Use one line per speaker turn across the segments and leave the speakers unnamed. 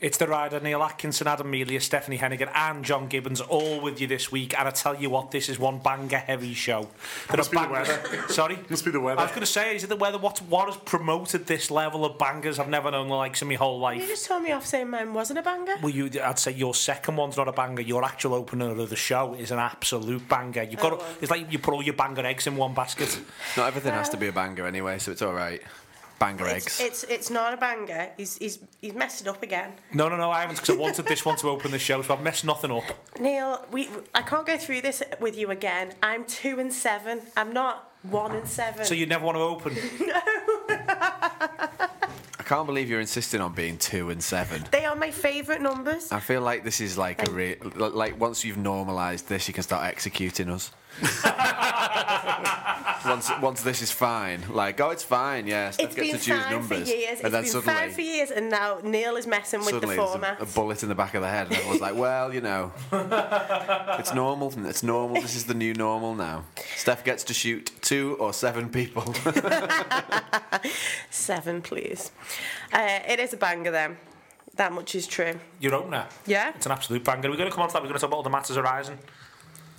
It's the rider Neil Atkinson, Adam Mealy, Stephanie Hennigan, and John Gibbons all with you this week. And I tell you what, this is one banger heavy show. There
Must
are
be the
bangers-
weather.
Sorry,
Must be the weather.
I was going to say, is it the weather? What what has promoted this level of bangers? I've never known the likes in my whole
You
life.
just told me off saying mine wasn't a banger.
Well, you, I'd say your second one's not a banger. Your actual opener of the show is an absolute banger. You've
Oh,
got to, it's like you put all your banger eggs in one basket.
Not everything has to be a banger anyway, so it's all right. Banger
It's,
eggs.
it's it's not a banger. He's he's he's messed it up again.
No, no, no, I haven't because I wanted this one to open the show, so I've messed nothing up.
Neil, we I can't go through this with you again. I'm two and seven. I'm not one and seven.
So you never want to open.
I can't believe you're insisting on being two and seven.
they are my favourite numbers.
I feel like this is like a re- li- like once you've normalised this, you can start executing us. once once this is fine, like oh, it's fine. Yeah, Steph
It's
gets
been
to choose
fine
numbers,
for years.
and then
it's been
suddenly,
fine for years, and now Neil is messing with the
suddenly there's
format.
a, a bullet in the back of the head, and everyone's like, well, you know, it's normal. It's normal. This is the new normal now. Steph gets to shoot two or seven people.
Seven, please. Uh, it is a banger then. That much is true.
Your opener.
Yeah.
It's an absolute banger. We're going to come on to that. We're going to talk about all the matters arising.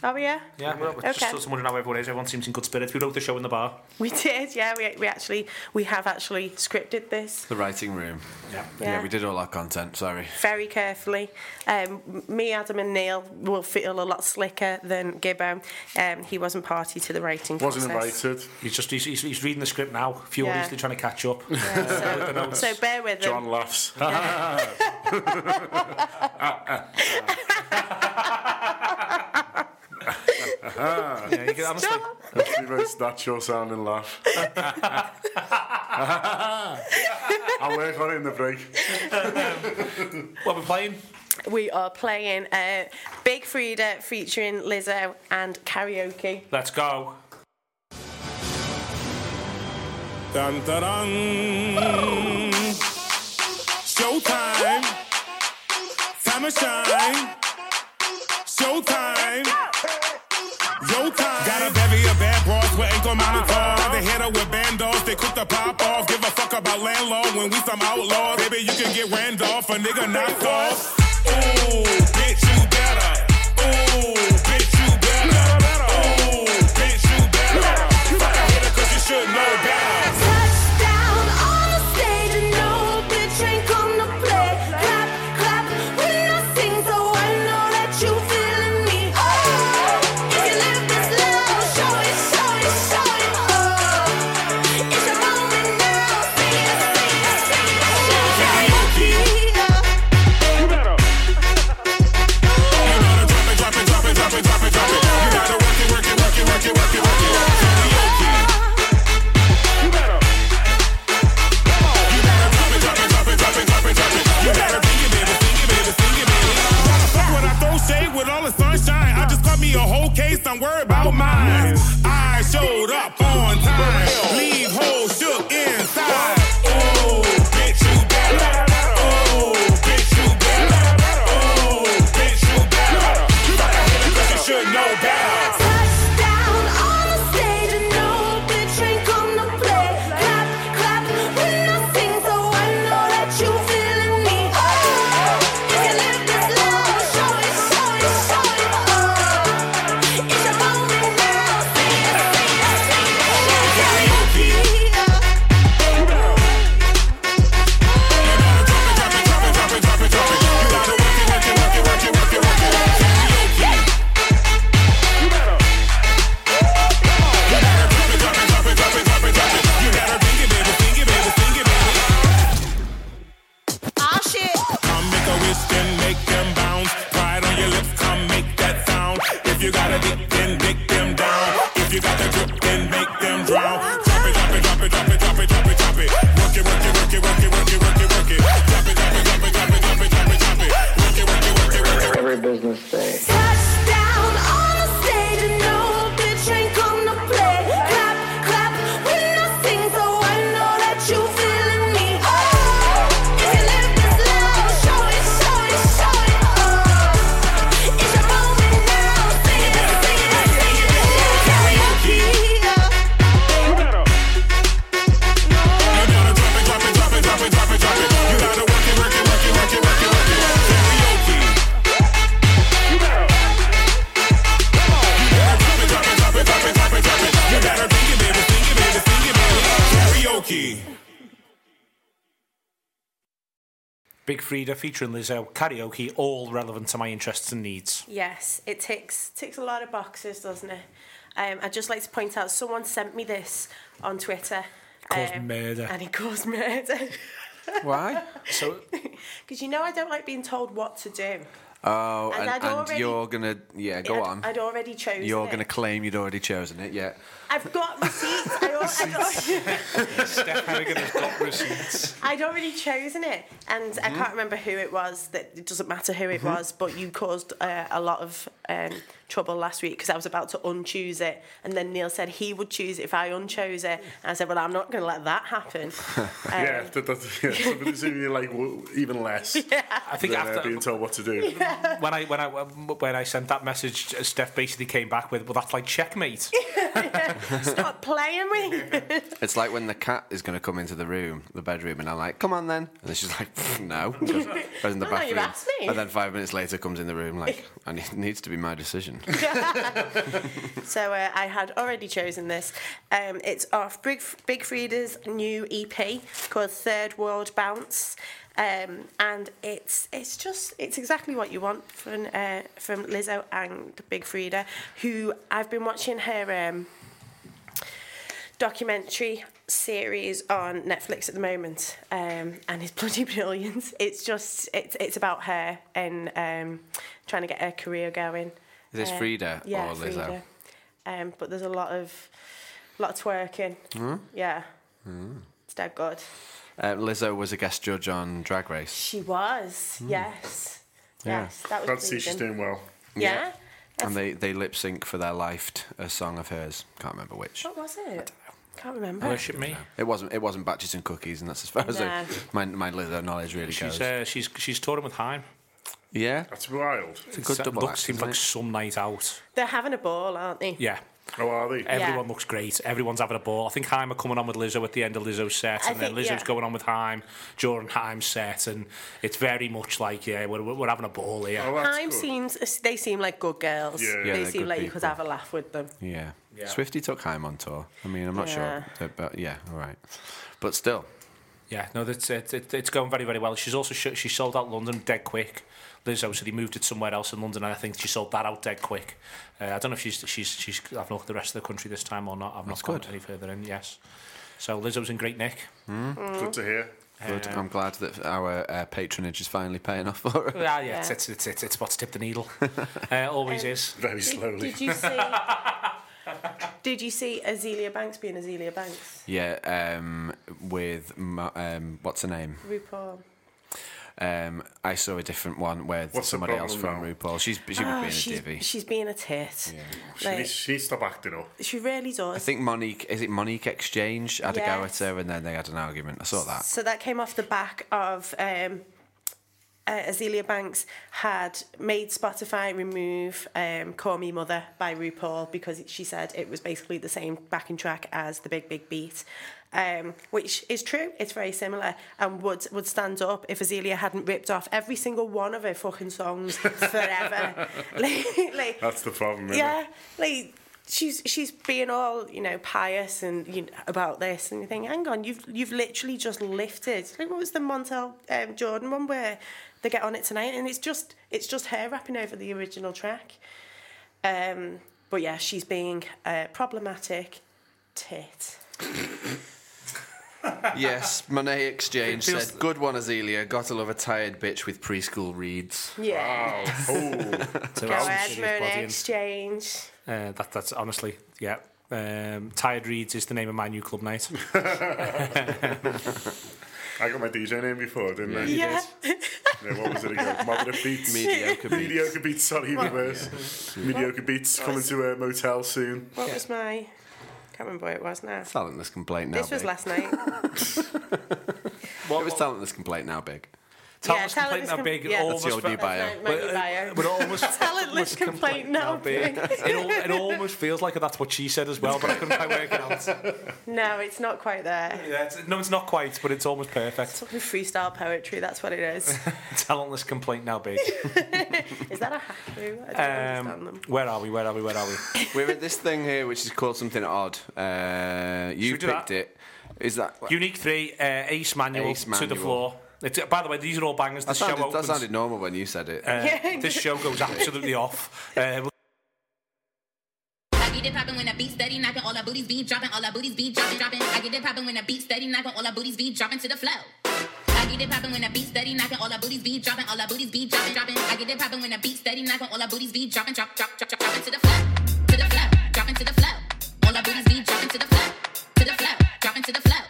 Oh yeah.
Yeah, well,
Okay.
just sort of wondering how everyone is. Everyone seems in good spirits. We wrote the show in the bar.
We did. Yeah. We we actually we have actually scripted this.
the writing room.
Yeah.
Yeah.
Yeah.
we did all our content. Sorry.
very carefully. Um, m- me, Adam, and Neil will feel a lot slicker than Gibbo. Um, he wasn't party to the writing
Wasn't
process.
invited.
He's just he's, he's, he's reading the script now. Furiously
Yeah.
trying to catch up. With the notes.
So bear with
John
him.
laughs.
yeah, you can, I'm just like,
That's the most natural sounding laugh. I'll work on it in the break.
what are we playing?
We are playing uh, Big Frida featuring Lizzo and karaoke.
Let's go.
Dun, dun, dun. Showtime. Time to shine. Showtime. Yo time. Got a bevy of bad bras with ankle monitor. They hit her with bandos, they quick to pop off. Give a fuck about landlord when we some outlaws. Baby, you can get Randolph, a nigga knocked off. Ooh, bitch, you better. Ooh, bitch, you better. Ooh, bitch, you better. Fuck a hitter 'cause you should know better.
Touchdown on the stage and no bitch ain't come to play. Clap, clap when I sing, so I know that you feeling me. Oh, if you live this love, show it, show it, show it. Oh, it's your moment now. Sing it, sing it, sing it. Karaoke.
Oh, Oh, Oh, Oh, Oh,
Big Frida featuring Lizzo, karaoke, all relevant to my interests and needs.
Yes, it ticks ticks a lot of boxes, doesn't it? Um, I'd just like to point out someone sent me this on Twitter. Um,
Caused murder.
And it caused murder.
Why?
So,
Because you know I don't like being told what to do.
Oh,
And
and,
I'd
and
already-
you're gonna yeah, go
I'd,
on.
I'd already chosen.
you're
it.
gonna claim you'd already chosen it, yeah.
I've got receipts. I al- I'd, al-
Steph Hannigan has got receipts. Mm-hmm.
I'd already chosen it, and I can't remember who it was. That it doesn't matter who it was, but you caused uh, a lot of um, trouble last week because I was about to unchoose it, and then Neil said he would choose it if I unchose it, and I said, "Well, I'm not going to let that happen." Um,
Yeah, that, that, yeah somebody's even like w- even less
I think
than uh,
after
being told what to do.
when I when I when I sent that message, Steph basically came back with, "Well, that's like checkmate."
Stop playing with me.
It's like when the cat is gonna come into the room, the bedroom, and I'm like, "Come on then," and then she's like, "Pfft, "No," goes, goes in the
I thought you
bathroom,
asked me.
and then five minutes later comes in the room like, "And it needs to be my decision."
So uh, I had already chosen this. Um, it's off Big, Big Frida's new EP called Third World Bounce, um, and it's it's just it's exactly what you want from uh, from Lizzo and Big Frida, who I've been watching her. Um, documentary series on Netflix at the moment, um, and it's bloody brilliant. It's just it's it's about her and um, trying to get her career going.
Is this Frida
Uh, yeah,
or Lizzo?
Frida. Um, but there's a lot of lot of twerking.
Hmm?
Yeah, it's dead good.
Uh, Lizzo was a guest judge on Drag Race.
She was yes,
Hmm. Yeah.
yes. That was.
Glad to see she's
pleasing.
doing well.
Yeah.
Yeah. And they, they lip sync for their life t- a song of hers. Can't remember which.
What was it? Can't
Oh,
remember.
Worship me.
It wasn't it wasn't batches and cookies, and that's as far as I,
Nah.
my my Lizzo knowledge really
She's
goes.
uh, she's she's touring with Heim.
yeah,
That's wild.
it's a good
That
double
looks
act.
seems
isn't
like
it?
some night out.
They're having a ball, aren't they?
Yeah.
How Oh, are they?
Everyone looks great. Everyone's having a ball. I think Heim are coming on with Lizzo at the end of Lizzo's set,
I
and then
think-
Lizzo's
yeah.
going on with Heim during Heim's set, and it's very much like yeah, we're, we're having a ball here.
Oh, that's
Time
good.
seems they seem like good girls.
Yeah.
Yeah,
they
they're
seem
good
like you could
people.
have a laugh with them.
Yeah. Swifty took Heim on tour. I mean, I'm not
Yeah.
sure, uh, but yeah, all right. But still,
Yeah, no, that's it, it, it's going very very well. She's also sh- she sold out London dead quick. Lizzo so they moved it somewhere else in London, and I think she sold that out dead quick. Uh, I don't know if she's she's she's I've looked at the rest of the country this time or not. I've not gone
good.
any further in. Yes, so Lizzo's in great nick.
Good to hear.
good.
Um,
I'm glad that our uh, patronage is finally paying off for it.
Ah, yeah, It's, it's it's it's it's what's tipped the needle. uh, always is.
Um,
Very slowly.
Did you see? did you see Azealia Banks being Azealia Banks?
Yeah, um, with Ma- um, what's her name?
RuPaul.
Um, I saw a different one where
What's the
somebody else from
problem now?
RuPaul. She's she was
Oh,
being a
she's,
divvy.
she's being a tit.
She,
Like,
needs, she needs to stop acting up.
she really does.
I think Monique is it Monique Exchange had a go at
Yes.
her, and then they had an argument. I saw that.
So that came off the back of um, uh, Azealia Banks had made Spotify remove um, Call Me Mother by RuPaul because she said it was basically the same backing track as The Big Big Beat. Um, which is true, it's very similar, and would would stand up if Azealia hadn't ripped off every single one of her fucking songs forever. like, like,
That's the problem. Isn't
yeah, like she's she's being all you know pious and you know, about this, and you think, hang on, you've you've literally just lifted. Like what was the Montel um, Jordan one where they get on it tonight, and it's just it's just her rapping over the original track. Um, but yeah, she's being uh, problematic. Tit.
Yes, Monet Exchange
It feels-
said, "Good one, Azealia. Got to love a tired bitch with preschool reads."
Yeah.
Wow. Oh,
So
Go
that's some
ahead,
serious
Moon
bodying.
Exchange.
Uh, that, that's honestly, yeah. Um, Tired Reads is the name of my new club night.
I got my DJ name before, didn't I?
Yeah.
Yeah, what was it again? Mother of Beats.
Mediocre beats.
Mediocre Beats, sorry, reverse. Mediocre Beats coming to a motel soon.
What was my? Can't remember what it was now.
Talentless complaint now.
This was
big.
last night.
It was talentless complaint now. Big.
Talentless
Talentless
complaint now
com-
big.
yeah.
all
That's
of us
your new
fa-
bio.
That's my- my new
uh,
bio.
but almost
Talentless complaint now big.
it, al- it almost feels like that's what she said as well, but I couldn't quite work it out.
No, it's not quite there.
Yeah, it's, no, it's not quite, but it's almost perfect.
Freestyle poetry, that's what it is.
Talentless complaint now big.
Is that a haiku? I don't understand
Um,
them.
where are we? Where are we? Where are we?
We're at this thing here, which is called something odd. Uh, you
we do
picked
that?
it. Is that
Unique three, uh, Ace Manual
Ace
to the
Manual.
floor. It's, by the way, these are all bangers.
That
This show
sounded, that
opens.
sounded normal when you said it.
uh, this show goes absolutely off. Uh,
I get it poppin' when the beat steady knockin', all our booties be droppin', all our booties be droppin', droppin'. I get it poppin' when the beat steady knockin', all our booties be droppin' to the flow. I get it poppin' when the beat steady knockin', all our booties be droppin', all our booties be droppin', droppin'. I get it poppin' when the beat steady knockin', all our booties be droppin', drop, drop, drop, drop, droppin' to the flow, to the flow, droppin' to the flow. All our booties be droppin' to the flow, to the flow, droppin' to the flow.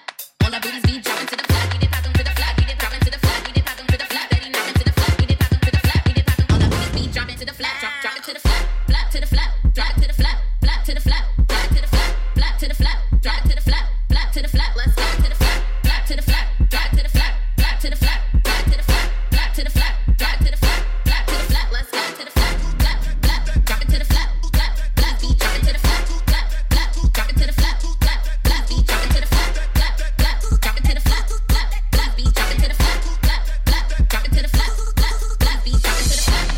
All our booties be droppin' to the flow. Get it poppin' to the flow, get it poppin' to the flow, get it poppin' to the flow. Steady knockin' to the flow, get it poppin' to the flow, get it poppin'. All our booties be droppin' to the flow, drop, drop it to the flow, flow to the flow, drop to the flow, flow to the flow, drop to the flow, flow to the flow, drop to the flow, flow to the flow. Let's go to the flow, flow to the flow, drop to the flow, flow to the flow, flow to the flow, flow to the flow, drop to the flow, flow to the flow. Let's go to the flow, flow, flow, drop it to the flow, flow, flow, beat drop it to the flow, flow, flow, drop it to the flow, flow, flow, beat drop it to the flow, flow, flow, drop it to the flow, flow, flow, beat drop it to the flow, flow, flow, drop it to the flow, flow, flow, beat drop it to the flow.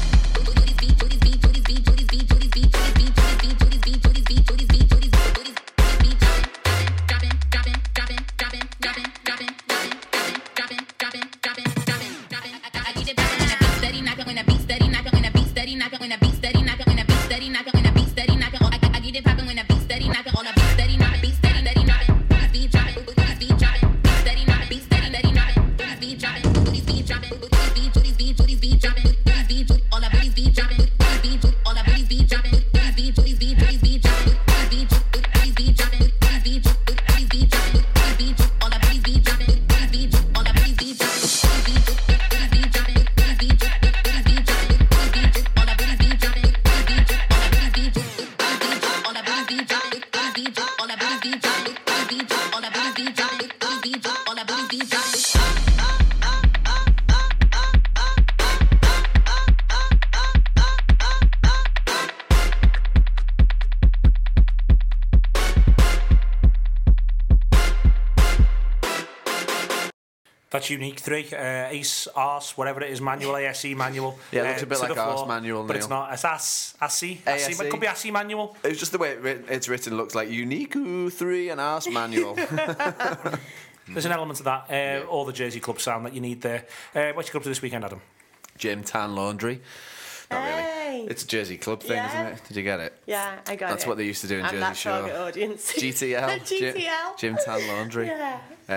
Booties, beat, booties, beat, booties, beat, booties, beat, booties, beat, booties, beat, booties, beat, booties, beat, booties, beat, booties, beat, booties, beat, booties, beat, droppin', droppin', droppin', droppin', droppin', droppin', droppin', droppin', droppin', droppin', droppin', droppin', droppin'. I- I get it poppin' when I beat steady, knockin' when I beat steady, knockin' when I beat steady, knockin' when I beat steady, knockin' when I beat steady, knockin' when I beat steady, knockin'. All- I- I- I get it poppin' when I beat steady, knockin' all I beat steady, knockin', beat steady, steady, knockin'. Booties, beat, droppin', booties, beat, droppin', beat steady, knockin', beat steady, steady, knockin'. Booties, beat, droppin', booties, beat, droppin', booties, beat, booties, beat, booties, beat, droppin', booties, beat, boot- all our booties be dropping, booties be boot, all our booties be dropping, booties be booties be booties be dropping, booties be boot, boot, booties be dropping, booties be boot, boot, booties be dropping, booties be boot, all our booties be dropping, booties be boot, all our booties be dropping, booties be boot, boot, booties be dropping, booties be boot, boot, booties be dropping, booties be boot, all our booties be dropping, booties be boot, all our booties be boot, boot, booties be boot, all our booties be dropping, booties be boot, all our booties be dropping, booties be boot, all our booties be dropping, booties be boot, all our booties be dropping.
that's unique three. Uh, ace, arse, whatever it is, manual, ASE, manual.
Yeah, it
uh,
looks a bit
to
like
the
arse
floor,
manual,
But it's
Neil. E?
not. It's ass, assy. assy.
ASE.
It could be assy manual.
It was just the way it writ- it's written looks like Uniku 3 and Arse Manual. Hmm.
There's an element to that. Uh, All the Jersey club sound that you need there. Uh, what's your club to this weekend, Adam?
Gym, tan, laundry. Not
Hey.
really. It's a Jersey club thing,
Yeah.
isn't it? Did you get it?
Yeah, I got it.
That's what they used to do in
I'm
Jersey
that
Shore.
target audience.
GTL. Gym,
GTL.
gym tan laundry.
Yeah.
Um,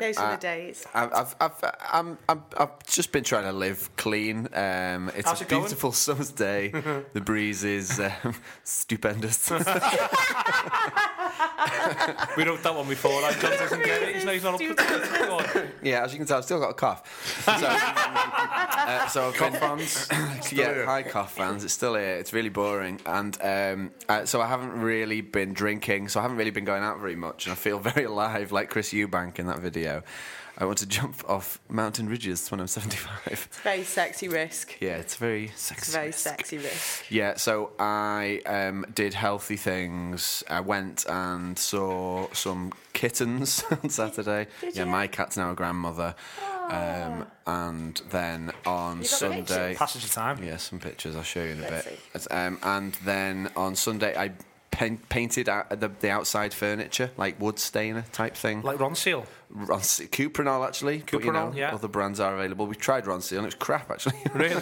Those were the
I-
days.
I've, I've, I've, I'm, I'm, I've just been trying to live clean. Um, it's
How's
a
it going?
beautiful summer's day. the breeze is um, stupendous.
We wrote that one before. Like, John doesn't get it. He's not, he's not up to Go on.
yeah, as you can tell, I've still got a cough. So, uh, so I've been- yeah,
here.
hi cough fans. It's still here. It's really boring, and um, uh, so I haven't really been drinking. So I haven't really been going out very much, and I feel very alive, like Chris Eubank in that video. I want to jump off mountain ridges when I'm 75.
Very sexy risk.
Yeah, it's very sexy.
It's very
risk.
sexy risk.
Yeah, so I um, did healthy things. I went and saw some kittens on Saturday.
did
yeah,
you? Ah.
my cat's now a grandmother. Um, and then on
You got
Sunday,
Passage of time.
yeah, some pictures. I'll show you in a
Let's
bit.
see.
It's, Um, and then on Sunday, I pain- painted out the, the outside furniture like wood stainer type thing.
Like Ron Seal.
Ron- Cuprinol actually. but, you
Cuprinol,
know,
yeah.
Other brands are available. We tried Ronseal and it was crap actually.
Really?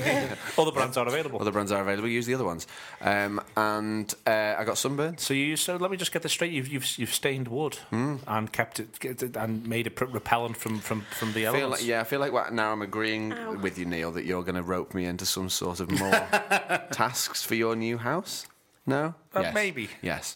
Other brands are available.
Other brands are available. Use the other ones. Um, and uh, I got sunburned.
So you so let me just get this straight. You've you've, you've stained wood
Hmm.
and kept it get it- and made it pr- repellent from from from the
I feel
elements.
like, yeah, I feel like what, now I'm agreeing with you, Neil, that you're going to rope me into some sort of more tasks for your new house. No,
Uh, maybe.
Yes,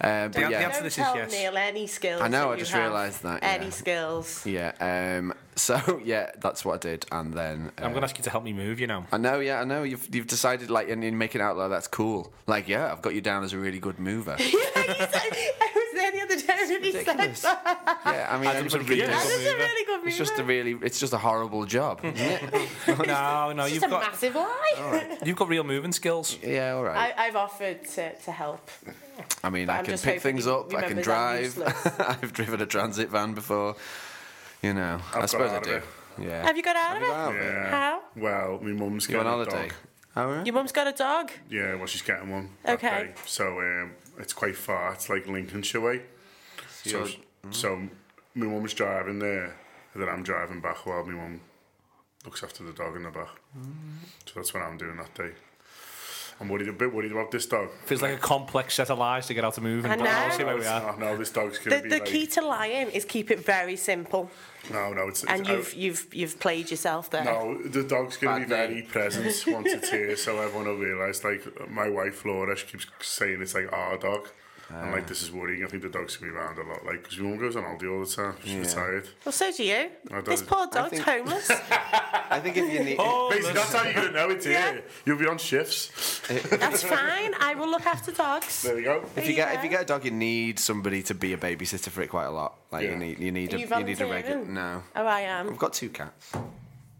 uh, but
The- the
yeah,
answer-
Don't
this is
tell
yes.
Neil any skills.
I know,
that
I
you
just
have.
realised that, yeah.
Any skills?
yeah. Um, so yeah, that's what I did, and then uh,
I'm going to ask you to help me move. You know.
I know, yeah, I know. You've you've decided like, and you make it out like that's cool. Like, yeah, I've got you down as a really good mover.
I was there the other day and he said
ridiculous.
that.
yeah, I mean,
Adam's a
anybody could
really
do
good
it.
That is a
mover.
really good move.
It's just a really, it's just a horrible job, isn't it?
no, no, you've
It's a
got
massive lie.
you've got real moving skills.
yeah, all right.
I, I've offered to, to help.
I mean, I
I'm
can
just
pick
hoping
things
he
up. I can
remembers I'm
drive. I've driven a transit van before. You know, i
got
suppose I
out
do.
of
Yeah.
Have you got out of it?
Wow.
Yeah.
How?
Well, my mum's
You on
getting a
holiday? Oh,
dog.
All right.
Your mum's got a dog.
Yeah, well, she's getting one. that
Okay.
day. So um, it's quite far. It's like Lincolnshire way. So,
you're-
so my mum was driving there, and then I'm driving back while my mum looks after the dog in the back.
Mm.
So that's what I'm doing that day. I'm worried a bit worried about this dog.
Feels like a complex set of lies to get out to move
I
and but I'll
know.
see where we are.
Oh, no, this dog's
The,
gonna be
the
like,
key to lying is keep it very simple,
no, no, it's,
and
it's
you've you've you've played yourself there.
No, the dog's going to be
Bad
very
name.
present once it's here, so everyone will realise. Like, my wife, Laura, she keeps saying it's like our dog. and, like, this is worrying. I think the dog's going to be around a lot. Like, because mum goes on holiday all the time. She's retired.
Well, so do you.
I
This
don't-
poor dog's
think-
homeless.
I think if you need,
Basically, that's how you're going to know it's
Oh, Yeah.
here. You'll be on shifts.
That's fine. I will look after dogs.
There we go.
if you get if
Yeah.
you get a dog, you need somebody to be a babysitter for it quite a lot. Like
Yeah.
you need you need
Are
a
you
you, need a regular.
volunteering?
No,
Oh, I am.
I've got two cats.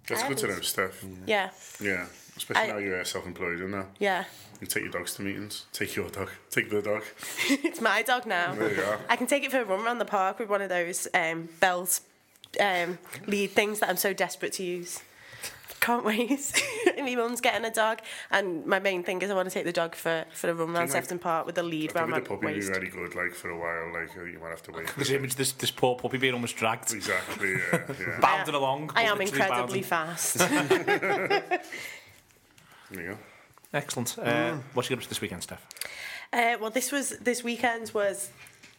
That's good to know, Steph.
Yeah,
Yeah. Especially
I-
now you're uh, self-employed, isn't it?
yeah.
You take your dogs to meetings. Take your dog. Take the dog.
It's my dog now.
There you are.
I can take it for a run around the park with one of those um, belt um, lead things that I'm so desperate to use. Can't wait. my mum's getting a dog, and my main thing is I want to take the dog for, for a run around
Think I-
Sefton Park with a lead
I
round
think
my
the puppy will be
waist.
very good, like, for a while. Like, uh, you might have to wait.
This image, this, this poor puppy being almost dragged,
exactly, yeah. yeah.
bounding along.
I am
literally bounding.
incredibly fast.
There you go.
Excellent. Uh, What's you up to this weekend, Steph?
uh, well, this was this weekend was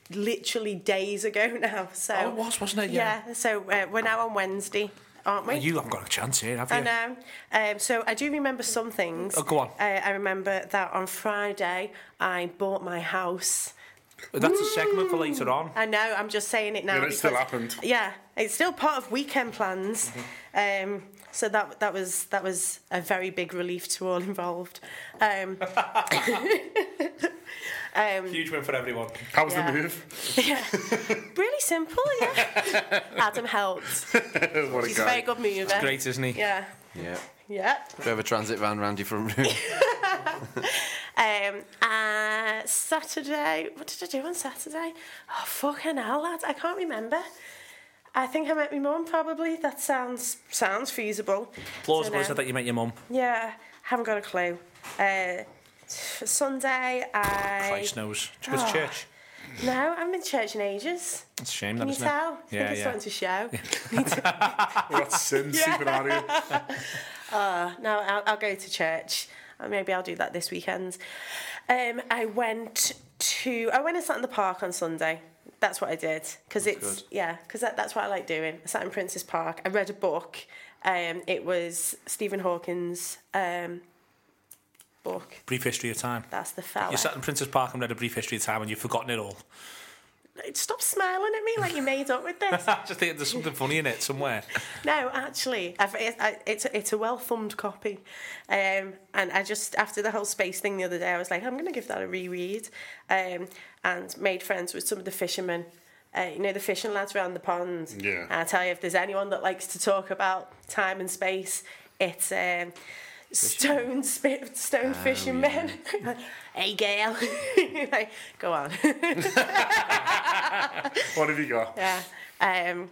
literally days ago now. So
Oh, it was, wasn't it? Yeah.
So uh, we're now on Wednesday, aren't we?
You haven't got a chance here, have you?
I know. Um, so I do remember some things.
Oh, go on.
Uh, I remember that on Friday I bought my house.
That's a segment for later on.
I know. I'm just saying it now.
Yeah, it still
because-
happened.
Yeah, it's still part of weekend plans.
Mm-hmm.
Um, so that that was that was a very big relief to all involved. Um,
Huge win for everyone.
How was
Yeah.
the move?
yeah, really simple. Yeah, Adam helped.
what a
He's a very
guy.
good mover.
Great, isn't he?
Yeah,
Yeah,
yeah.
we have a transit van round your front room.
Um, uh, Saturday, what did I do on Saturday? Oh, fucking hell, lad, I can't remember. I think I met my mum, probably. That sounds sounds feasible.
Plausible
So
is
no.
that you met your mum.
Yeah, haven't got a clue. Uh, Sunday, I...
Christ knows. Did
Ah.
you go to church?
No, I haven't been to church in ages.
It's a shame, that
Can you
isn't
tell?
it?
I think it's starting to show.
That's sin seeping out of you.
Uh, No, I'll, I'll go to church. Uh, Maybe I'll do that this weekend. Um, I went to I went and sat in the park on Sunday. That's what I did because it's yeah because that, that's what I like doing. I sat in Princess Park. I read a book. Um, it was Stephen Hawking's um, book.
Brief history of time.
That's the fella.
You sat in Princess Park and read a brief history of time and you've forgotten it all.
Stop smiling at me like you made up with this.
I just think there's something funny in it somewhere.
No, actually, I've, it, I, it's a- it's a well thumbed copy, um, and I just after the whole space thing the other day, I was like, I'm going to give that a reread, um, and made friends with some of the fishermen, uh, you know, the fishing lads around the pond.
Yeah.
And I tell you, if there's anyone that likes to talk about time and space, it's. Um, Stone sp- stone fishermen. hey, Gail. like, go on.
What have you got?
Yeah. Um,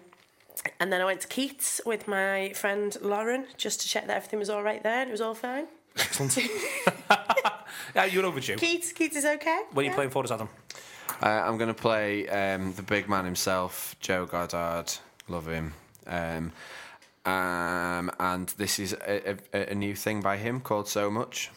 and then I went to Keats with my friend Lauren just to check that everything was all right there and it was all fine.
Excellent. yeah, Uh, you're overdue.
Keats, Keats is okay.
What are you playing for us, Adam?
Uh, I'm going to play um, the big man himself, Joe Goddard. Love him. Um, um, and this is a, a, a new thing by him called So Much.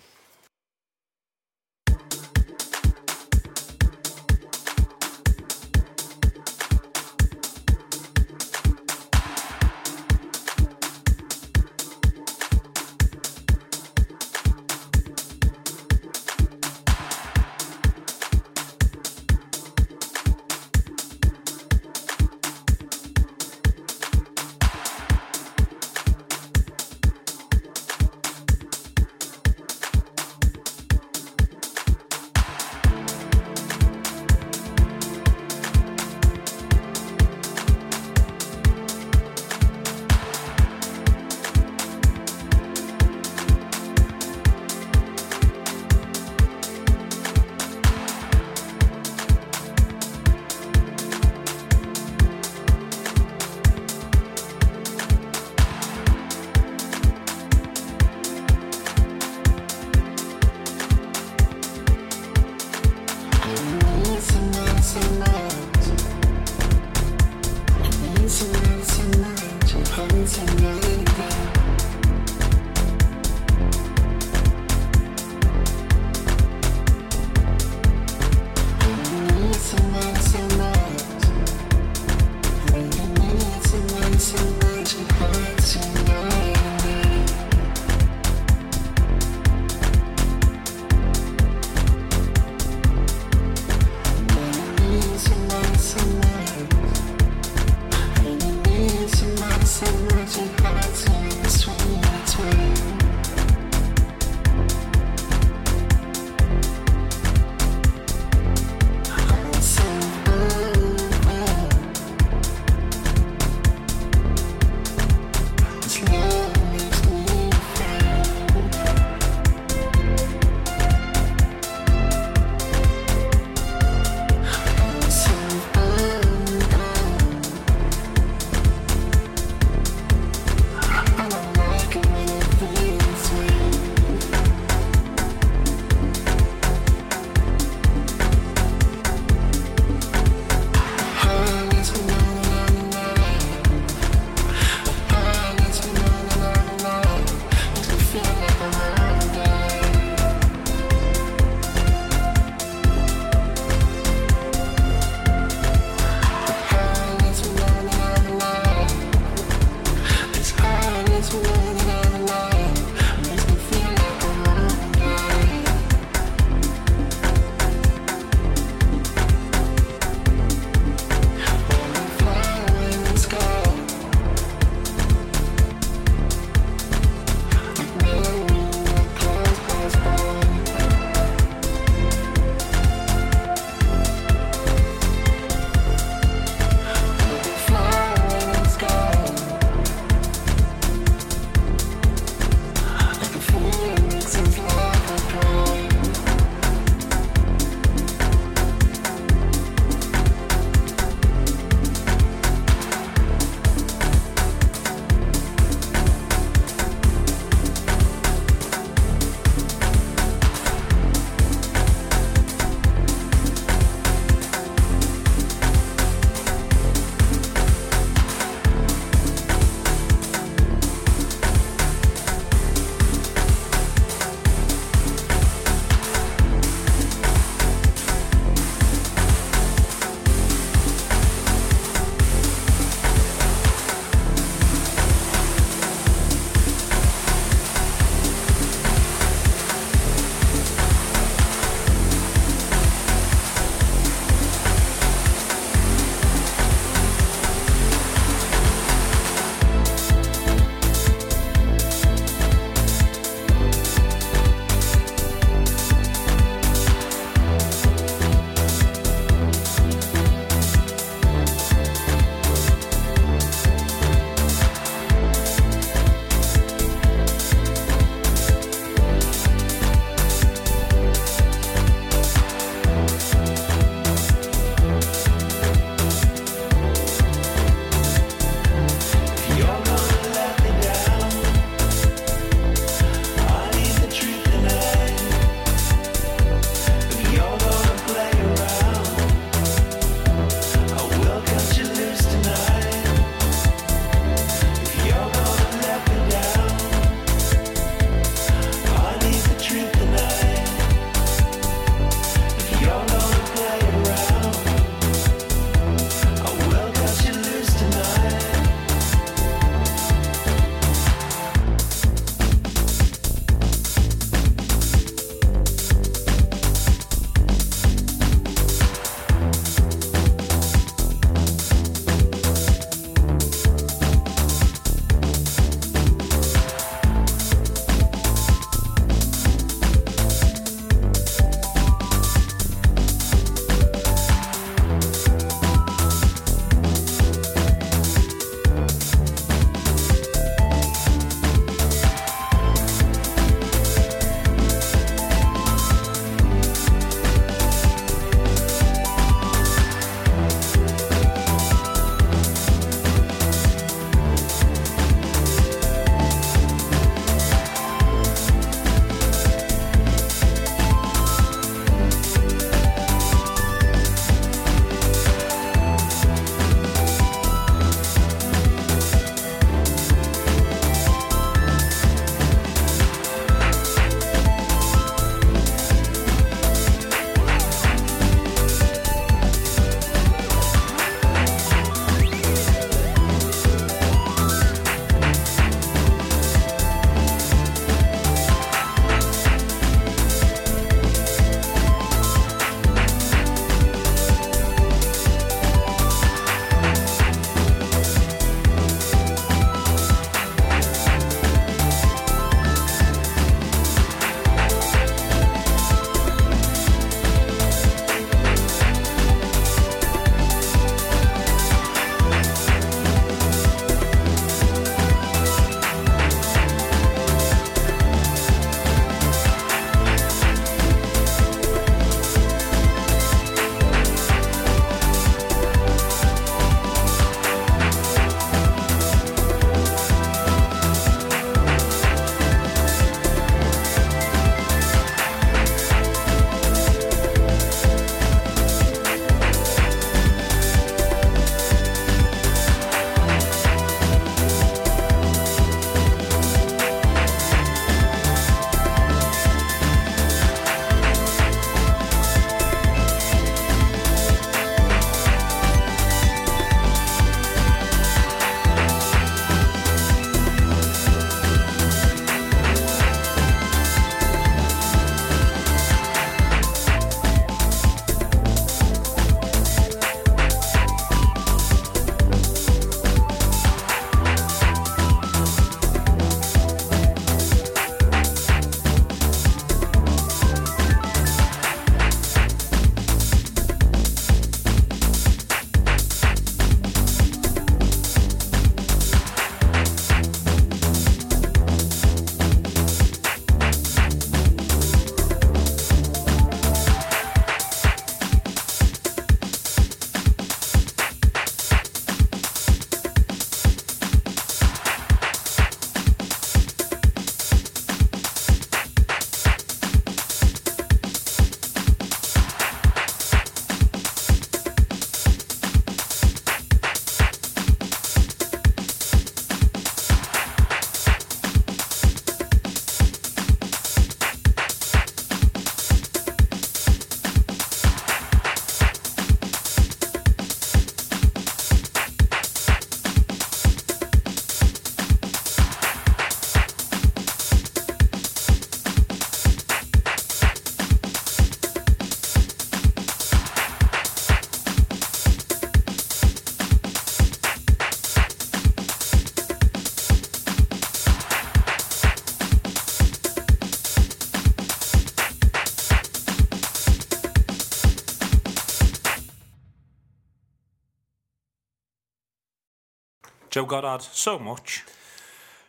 Joe Goddard, so much.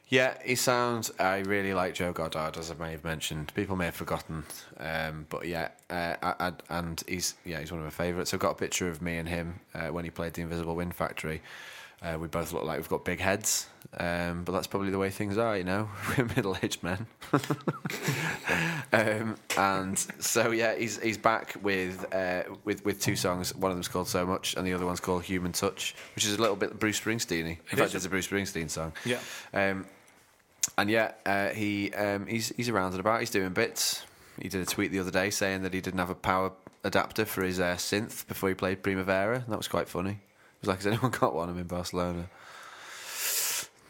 Yeah, he sounds. I really like Joe Goddard, as I may have mentioned. People may have forgotten, um, but yeah, uh, I, I, and he's yeah he's one of my favourites. I've got a picture of me and him uh, when he played the Invisible Wind Factory. Uh, we both look like we've got big heads, um, but that's probably the way things are. You know, we're middle-aged men. um, and so yeah, he's he's back with uh, with with two songs. One of them's called So Much, and the other one's called Human Touch, which is a little bit Bruce Springsteen. In fact,
is.
it's a Bruce Springsteen song.
Yeah.
Um, and yeah, uh, he um, he's he's around and about. He's doing bits. He did a tweet the other day saying that he didn't have a power adapter for his uh, synth before he played Primavera. And that was quite funny. It was like, has anyone got one? I'm in Barcelona.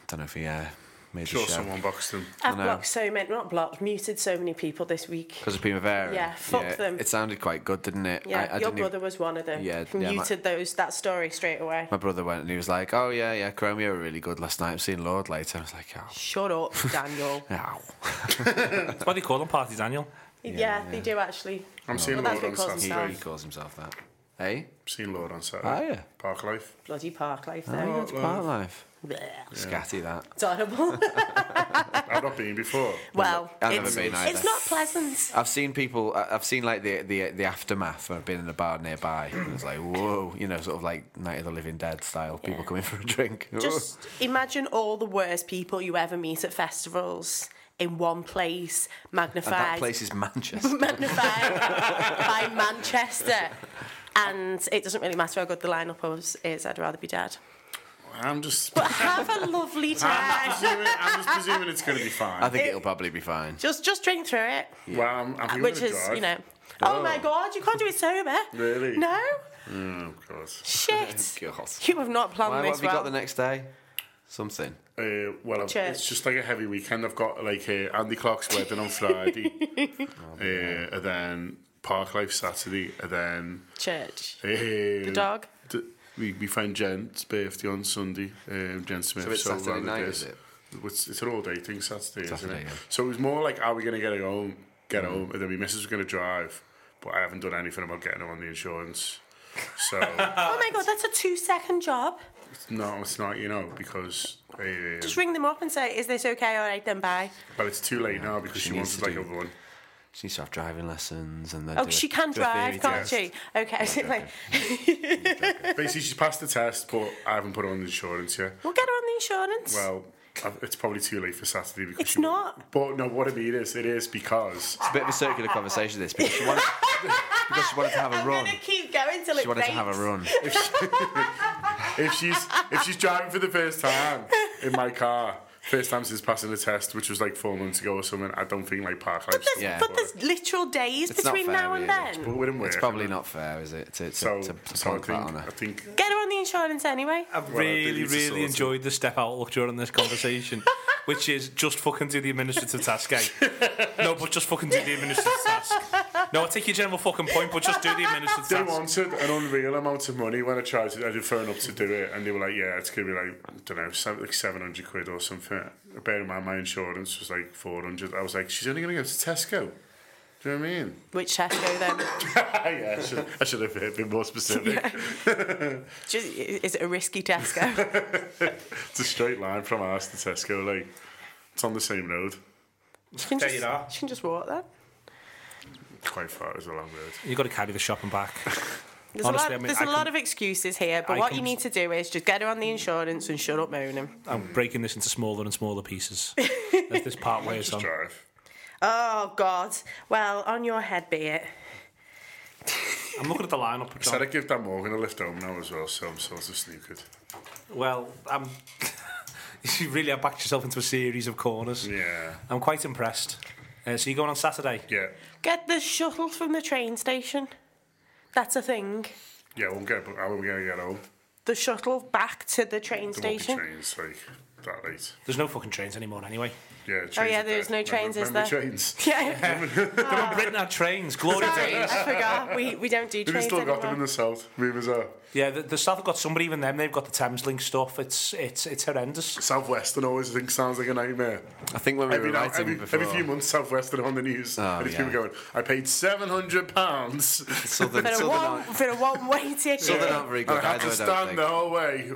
Don't know if he uh, made
Sure,
the show
someone boxed him.
I've
know.
blocked so many, not blocked, muted so many people this week.
because of Primavera.
Yeah, fuck them.
It sounded quite good, didn't it?
Yeah, your
didn't even-
brother was one of them.
Yeah, yeah,
Yeah,
my-
muted those that story straight away.
my brother went and he was like, "Oh yeah, yeah, Chromia were really good last night. I'm seeing Lord later." I was like, "Oh,
Shut up, Daniel.
ow.
That's why they call him Party Daniel.
yeah, they do actually.
I'm seeing
Well, that's
Lord on
because of
Saturday.
Sam.
He calls himself that. Hey,
Seen Lord on Saturday.
Oh, yeah.
Park Life.
Bloody park life
oh,
though.
it's part of life.
Blech.
Scatty that.
It's horrible.
I've not been before.
well,
I've never
it's,
been either.
it's not pleasant.
I've seen people. I- I've seen like the the the aftermath. I've been in a bar nearby. And it's like whoa, you know, sort of like Night of the Living Dead style. People coming for a drink.
Just imagine all the worst people you ever meet at festivals in one place,
and that
magnified,
place is Manchester.
magnified by Manchester. And it doesn't really matter how good the lineup was, is. I'd rather be dead.
I'm just.
But have a lovely
I'm,
time.
presuming, I'm just presuming it's going to be fine.
I think it, will probably be fine.
just, just drink through it.
well, I'm, I'm gonna
which is,
drive.
you know, oh. my god, you can't do it sober.
Really?
No?
Oh, God.
Shit.
Oh, God.
You have not planned
Why, what
this
have you
well.
got the next day? Something.
Uh, well, I've-
Church.
it's just like a heavy weekend. I've got like uh, Andy Clark's wedding on Friday,
Oh,
uh, and then Park Life Saturday, and then
Church.
uh, the
dog?
we, we find Jen's birthday on Sunday. Um, Jen Smith.
it's Saturday
rather
night,
this-
is it?
It's, it's an all day thing, Saturday, isn't
Saturday,
it?
yeah. Mm.
So it was more like, are we going to get home? Get home, and then my missus was going to drive, but I haven't done anything about getting her on the insurance. So
Oh my god, that's a two second job.
no, it's not, you know, because. Uh,
Just ring them up and say, is this okay? All right, then bye.
but it's too late now because she,
needs
wants
to
like
do-
a run.
She needs to have driving lessons and then.
Oh,
do a-
she can
do a theory
drive, can't
test.
she? Okay, so like,
Basically, she's passed the test, but I haven't put her on the insurance yet.
we'll get her on the insurance.
Well, I- it's probably too late for Saturday because
It's
she won't-
not.
But no, what I mean is, it is because
It's a bit of a circular conversation. This because she wanted because she wanted to have a
I'm
run.
gonna keep going till
um, She
it
wanted to have a
breaks.
run.
if she's if she's driving for the first time in my car, first time since passing the test, which was like four months ago or something, I don't think like park life.
There's,
Yeah.
But there's literal days
It's not
between
fair,
now and
really.
then.
But we're in
It's
work,
probably
and
not fair, is it? To to,
So,
to, to
so I
plonk that on
think
her.
I think
Get her on the insurance anyway.
I've
Well, I
really,
believe it's
really
sorted.
enjoyed the step outlook during this conversation, which is just fucking do the administrative task, eh? No, but just fucking do the administrative task. No, I take your general fucking point, but just do the administrative
They
task.
wanted an unreal amount of money when I tried to. I did phone up to do it, and they were like, "Yeah, it's gonna be like I don't know, seven, like seven hundred quid or something." Bear in mind, my insurance was like four hundred. I was like, "She's only gonna go to Tesco." Do you know what I mean?
Which Tesco then?
yeah, I should, I should have been more specific.
Just, is it a risky Tesco?
It's a straight line from ours to Tesco. Like it's on the same road.
she, can
There
just,
you are.
she can just walk then.
Quite far. It's a long road.
You've got to carry the shopping back.
There's
Honestly,
a lot,
I mean,
there's
I
a lot
can-
of excuses here, but
I
what
can-
you need to do is just get her on the insurance and shut up moaning.
I'm breaking this into smaller and smaller pieces as this part wears on.
Drive.
Oh, God. Well, on your head be it.
I'm looking at the lineup. John.
Said I give Dan Morgan a lift home now as well, so I'm sort of snookered.
Well, I'm. you really have backed yourself into a series of corners.
Yeah.
I'm quite impressed. Uh, so you going on Saturday?
Yeah.
Get the shuttle from the train station. That's a thing.
Yeah, we'll get. How are we gonna get home?
The shuttle back to the train
There won't be
station.
trains. Like that late.
There's no fucking trains anymore anyway.
Yeah. Trains
Oh, yeah,
are
there's
dead.
no trains, is
remember
there?
Trains.
Yeah.
Britain had trains, glory
Sorry,
days.
I forgot. We, we don't do
We've
trains
still got them in
anymore.
the south. Rumours are
Yeah, the, the South have got somebody, even them, they've got the Thames Link stuff. It's it's it's horrendous.
southwestern. Always I think sounds like a nightmare.
I think when we
Every,
were
now,
writing
every,
before, Oh,
every few months, southwestern on the news, and it's
yeah.
people going, "I paid seven hundred pounds."
Southern,
For a
Southern,
one
aren't,
for a one way ticket.
Southern aren't very
I
good
had
either.
to
I don't
stand
think.
the whole way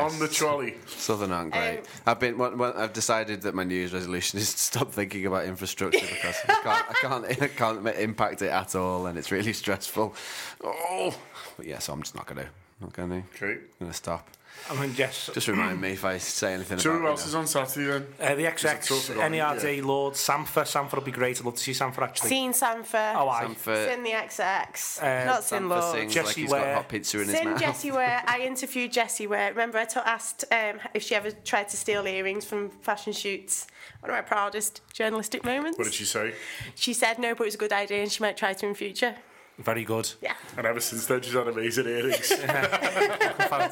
on the trolley.
Southern aren't great.
Um,
I've been. When, when I've decided that my New Year's resolution is to stop thinking about infrastructure because I can't, I can't, I can't ma- impact it at all, and it's really stressful. Oh, but yeah. So I'm just not going to. Not going to.
Okay.
Going to stop.
I mean, yes.
Just remind me if I say anything.
So
about
who
it
else
now.
is on Saturday then?
Uh, the
It's a tough
XX,
one,
NERD,
yeah.
E Lord, Samfer. Samfer would be great. I'd love to see Samfer actually.
Seen Sanford.
oh, aye.
Sam for-
Sin the XX.
Sam
not
for
Sin Lord.
sings like
Jesse
he's
Ware.
got hot pizza in his
Sin
mouth.
Jessie Ware. I interviewed Jessie Ware. Remember, I to- asked um, if she ever tried to steal earrings from fashion shoots. One of my proudest journalistic moments.
What did she say?
She said no, but it was a good idea, and she might try to in future.
Very good.
Yeah.
And ever since then, she's had amazing earrings.
Fab-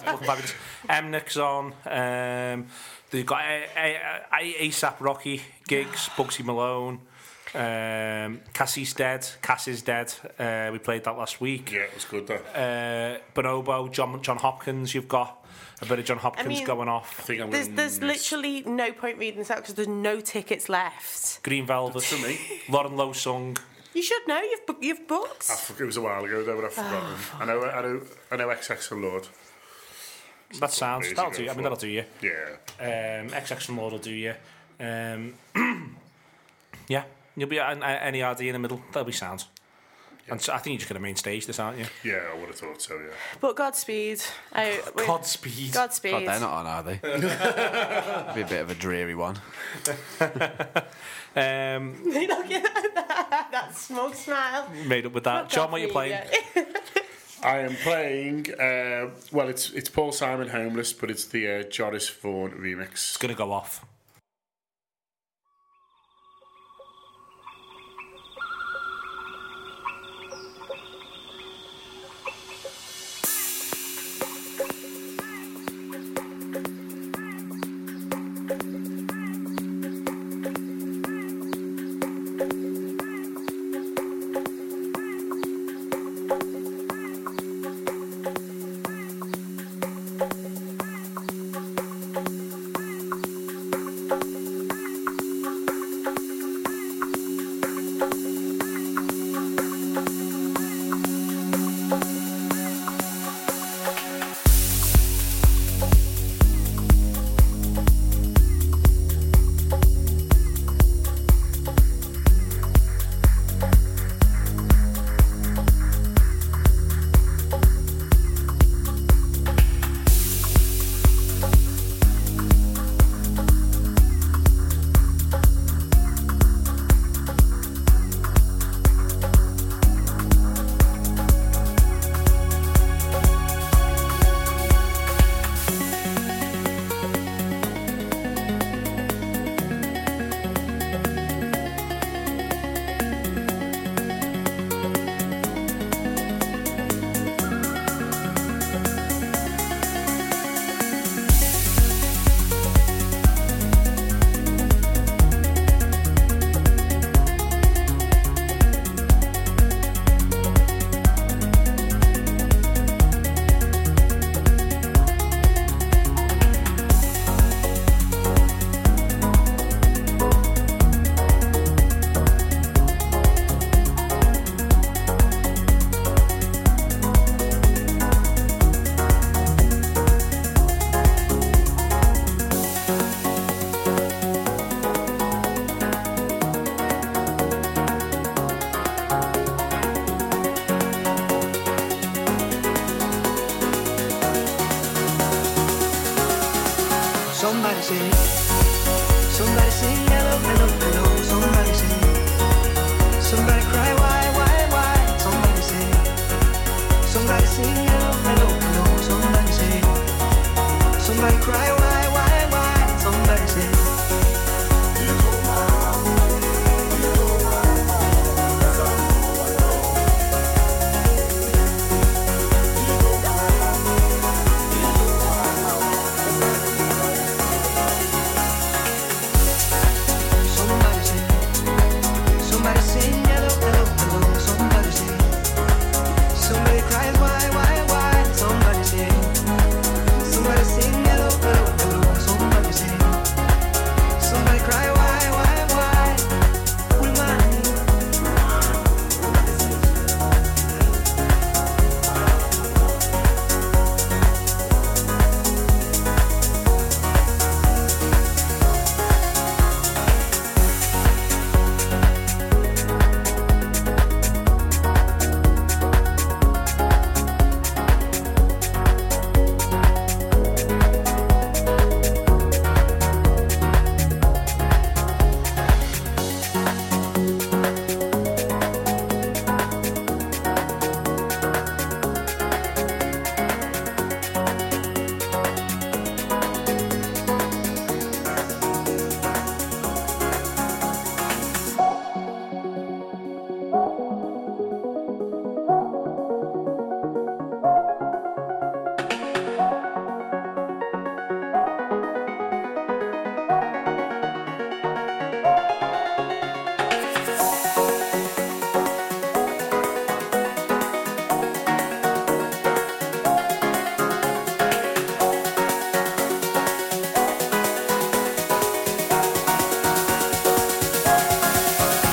fucking fabulous. Mnick's on. Um, they've got a- a- a- ASAP Rocky gigs, Bugsy Malone. Um, Cassie's dead. Cass is dead. Uh, we played that last week.
yeah, it was good. That.
Uh, Bonobo, John, John Hopkins, you've got a bit of John Hopkins
mean-
going off.
I think I'm
There's,
gonna
there's
miss
literally no point reading this out because there's no tickets left.
Green Velvet.
to me.
Lauren Low sung.
You should know. You've bu- you've booked.
I forg- It was a while ago though, but I've forgotten. I know, I know, I know. XX and Lord.
That sounds.
Days
That'll
ago
do. I
for-
mean, that'll do you.
Yeah.
Um, XX and Lord will do you. Um, yeah, you'll be at an- a- any RD in the middle. That'll be sound. And so I think you're just going to main stage this, aren't you?
Yeah, I would have thought so. Yeah.
But Godspeed. I, we-
Godspeed.
Godspeed.
God, Oh, they're not on, are they? It'd be a bit of a dreary one.
Uh, Um,
Look at that, that smug smile.
made up with that. John, what are you playing?
I am playing. Uh, well, it's it's Paul Simon Homeless, but it's the uh, Joris Vaughan remix.
It's going to go off.
I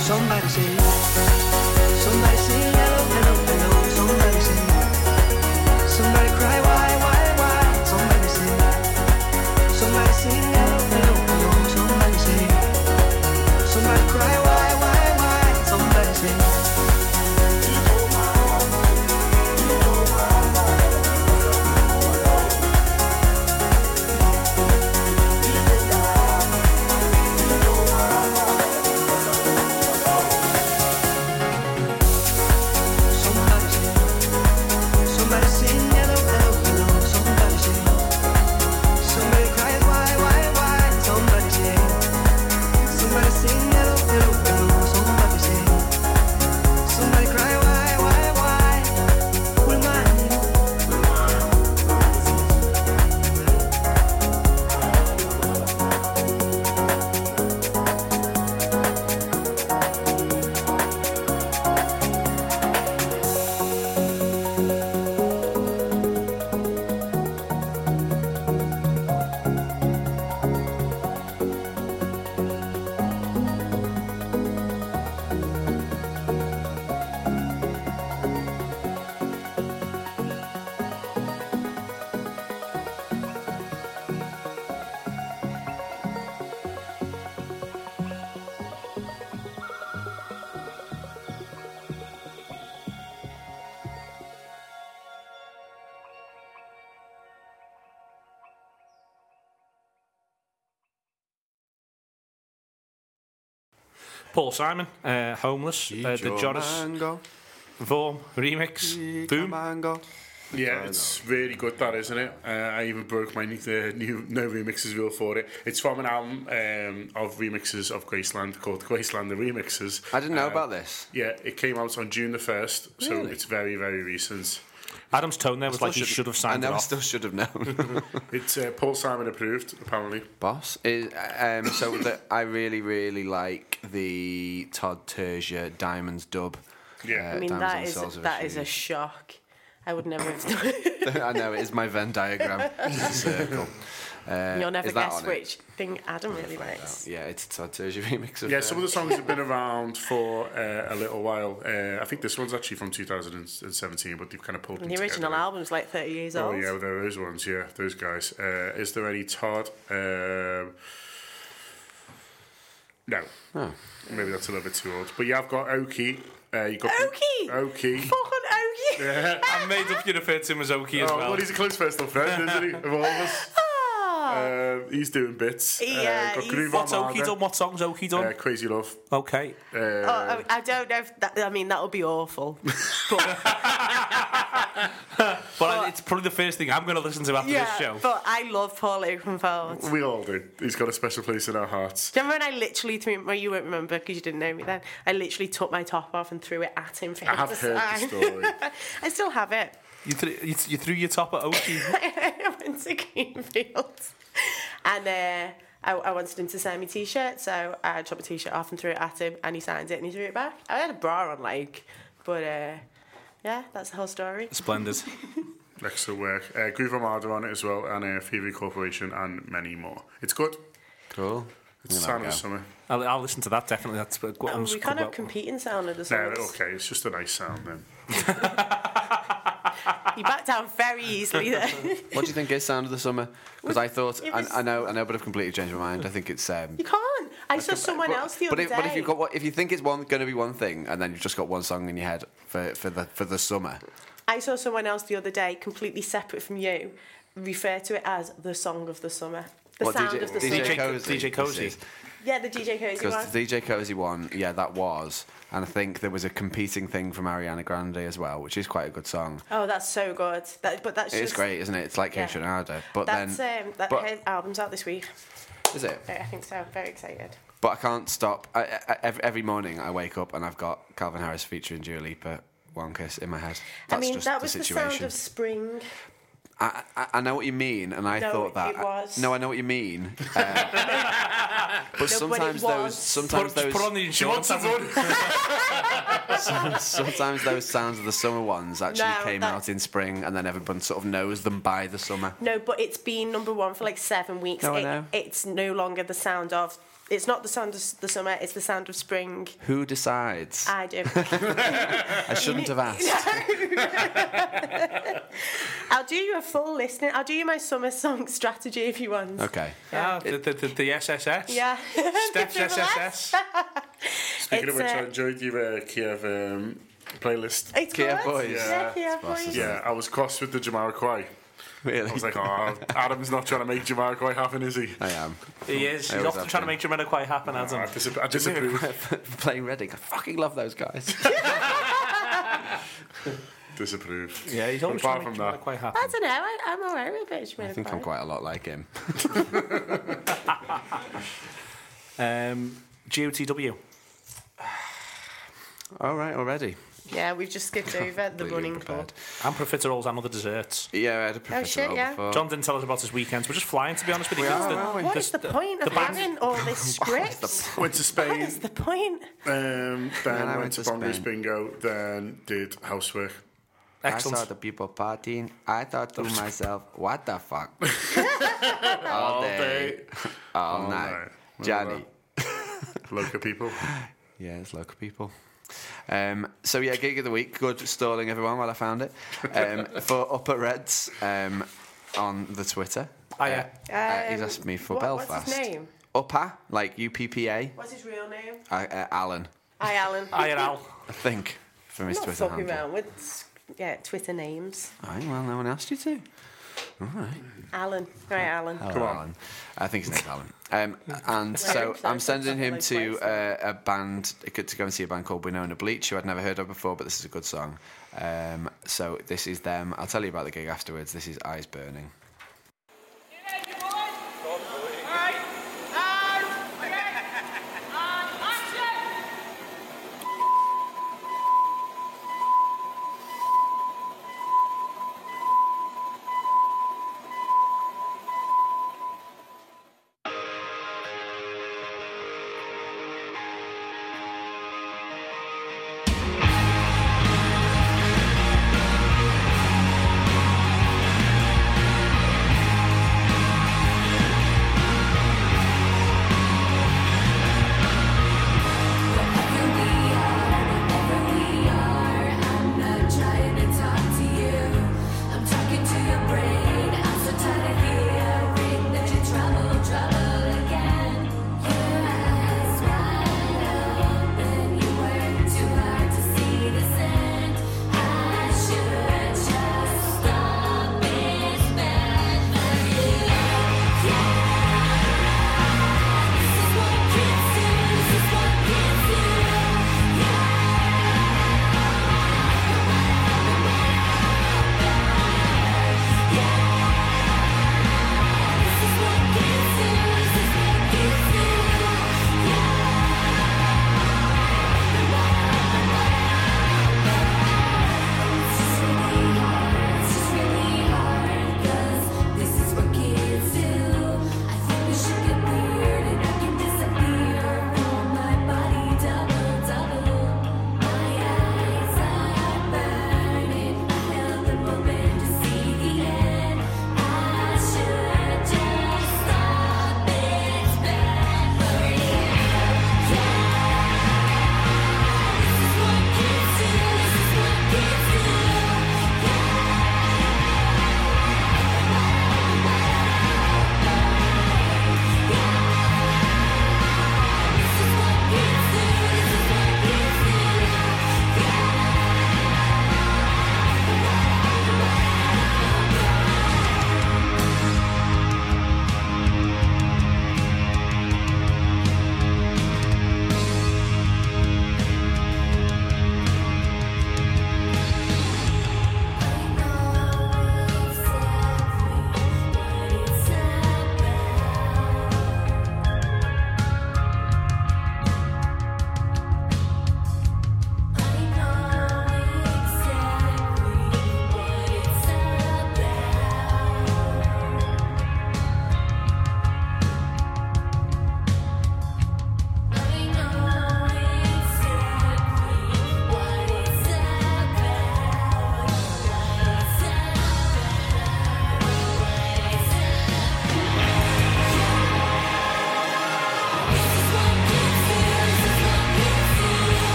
Somebody say, somebody say, hello, hello, hello. Somebody say, somebody cry, why, why, why? Somebody say, somebody say, hello, hello, hello. Somebody say, somebody cry, why, why, why? Somebody say. Somebody say, somebody say, hello, hello, hello. Somebody say, somebody cry, why, why, why? Somebody say, somebody say, hello, hello, hello. Somebody say, somebody cry, why, why, why? Cool man,
Paul Simon, uh, Homeless, uh, the Jonas
Mango,
Vorm remix, Boom.
Mango.
Yeah, it's really good, that isn't it? Uh, I even broke my new, the new no remixes rule for it. It's from an album um, of remixes of Graceland called Graceland the Remixes.
I didn't know
Uh,
about this.
Yeah, it came out on June the first, so
Really?
it's very very recent.
Adam's tone there was like he
Still
should have signed
I
it
know. I
off.
still should have known.
It's uh, Paul Simon approved, apparently.
boss. Is um, so the, I really, really like the Todd Terzier Diamonds dub. Uh,
Yeah.
I mean,
Diamonds
that
and
is
Souls of
that is a
Issues.
shock. I would never have done
I know it is my Venn diagram It's a circle. Uh,
You'll never
is that
guess
on it? Oh,
which thing Adam really likes.
Yeah, it's a Todd Terzier remix of.
Yeah,
uh,
some of the songs have been around for uh, a little while. Uh, I think this one's actually from 2017, but they've kind of pulled them
And the original
together.
album's like 30 years
Oh
old.
yeah, there are those ones. Yeah, those guys. Uh, is there any Todd? Um, no. Maybe that's a little bit too old. But yeah, I've got Oki. Uh, you got
Okie!
Oki.
Fucking oh, Okie!
I made up you referred to him as Oki as
Oh,
well.
well, he's a close personal friend, isn't he? Of all of us.
Ah.
Um, he's doing bits.
Yeah,
uh, got
he's-
Groove
What's
Armada,
Oki done? What song's Oki done?
Uh, Crazy Love.
okay.
Oh, I I don't know if that, I mean, that would be awful. But,
But I- it's probably the first thing I'm going to listen to after this
yeah,
show.
but I love Paul Oakenfold. Do you
We all do. He's got a special place in our hearts.
remember when I literally threw well, you won't remember because you didn't know me then. I literally took my top off and threw it at him for him
have
to
heard the
sign.
story.
I still have it.
You, th- you, th- you threw your top at Oki.
I went to Greenfields and uh, I, I wanted him to sign my t shirt, so I dropped my t shirt off and threw it at him, and he signed it and he threw it back. I had a bra on, like, but uh, yeah, that's the whole story.
Splendid.
Extra work. Uh, Groove Armada on it as well, and uh, Thievery Corporation, and many more. It's good.
cool.
It's the
There we
time of the
go.
summer.
I'll, I'll listen to that definitely. That's what
Oh,
I'm
we kind of compete in sound of the
No,
songs.
okay, it's just a nice sound then.
You back down very easily there.
What do you think is Sound of the Summer? Because I thought
it was-
I, I know, I know, but I've completely changed my mind. I think it's. Um,
you can't. I saw someone
but,
else the
but
other
if,
day.
But if you've got what, if you think it's one going to be one thing, and then you've just got one song in your head for, for the for the summer.
I saw someone else the other day, completely separate from you, refer to it as the song of the summer. The
What,
sound
DJ,
of the
DJ
summer.
Cozy.
DJ
this
Cozy.
is.
Yeah, the DJ Cozy one.
Because the DJ Cozy one, yeah, that was. And I think there was a competing thing from Ariana Grande as well, which is quite a good song.
Oh, that's so good. That, but that's
It is
just,
great, isn't it? It's like
yeah.
Haitian Ardo. But
That's
then.
um, uh, that
but-
her album's out this week.
is it?
I think so. I'm very excited.
But I can't stop. I, I, ev- every morning I wake up and I've got Calvin Harris featuring Dua Lipa, One Kiss in my head. That's
I mean,
just
that was
the
the,
situation.
sound of spring.
I, I, I know what you mean, and I
No,
thought that.
it was.
No, I know what you mean. Uh, but sometimes
was.
those, sometimes
Put, just
those,
put on the insurance.
sometimes those sounds of the summer ones actually
No,
came
that-
out in spring, and then everyone sort of knows them by the summer.
No, but it's been number one for like seven weeks.
No, I
It-
know.
It's no longer the sound of. it's not the sound of s- the summer, it's the sound of spring.
Who decides?
I do.
I shouldn't have asked.
I'll do you a full listening. I'll do you my summer song strategy if you want.
Okay.
Ah, the, the, the, the SSS.
Yeah.
Steps
Triple S.
SSS.
Speaking of
It's,
which, I
uh,
enjoyed your uh, Kiev um, playlist.
It's
Kia
good.
boys.
Yeah, yeah, boys.
Yeah, I was cross with the Jamiroquai.
Really?
I was like, oh, Adam's not trying to make Jamiroquai happen, is he?
I am.
He is. He's
I always
often trying
have
to
been.
make Jamaica quite happen, Adam.
I, dis- I disapprove.
Playing Reading. I fucking love those guys.
disapprove.
Yeah, he's always trying
Apart
to
from
make Jamaica
that,
quite
I
happen.
don't know. I, I'm alright with it.
I think I'm quite a lot like him.
Um, GOTW.
All right, already.
Yeah, we've just skipped over the
Completely
running club.
unprepared.
And profiteroles and other desserts.
Yeah, I had a professional
shit, yeah.
before.
John didn't tell us about his weekends. We're just flying, to be honest with you.
Oh. are, aren't we?
What is the point of
band-
having all this script?
went to
What
Spain.
is the point?
Um, then
I
went,
went
to
to
Bongo's
Spain.
Bingo. Then did housework.
Excellent.
I saw the people partying. I thought to myself, what the fuck? all,
Eh,
day, all, night.
night.
Johnny.
Local people.
Yeah, it's local people. Um, so yeah, gig of the week. Good stalling everyone while I found it um, for Upper Reds um, on the Twitter.
Oh, yeah.
Uh, uh, he's asked me for
Um, what- what's his
Belfast.
name?
Upper, like U P P A.
What's his real name?
Uh, uh, Alan,
Hi, Alan.
Aye, and Al.
I think, from his
Not
Twitter
fucking
handle.
around with yeah Twitter names.
Aye, well, no one asked you to.
Alan, right, Oh, Alan.
Hello, Alan. I think his name's Alan. Um, and so
Sorry,
I'm sending him
that's something
to uh, a band to go and see a band called Winona Bleach, who I'd never heard of before, but this is a good song. Um, so this is them. I'll tell you about the gig afterwards. This is Eyes Burning.
Thank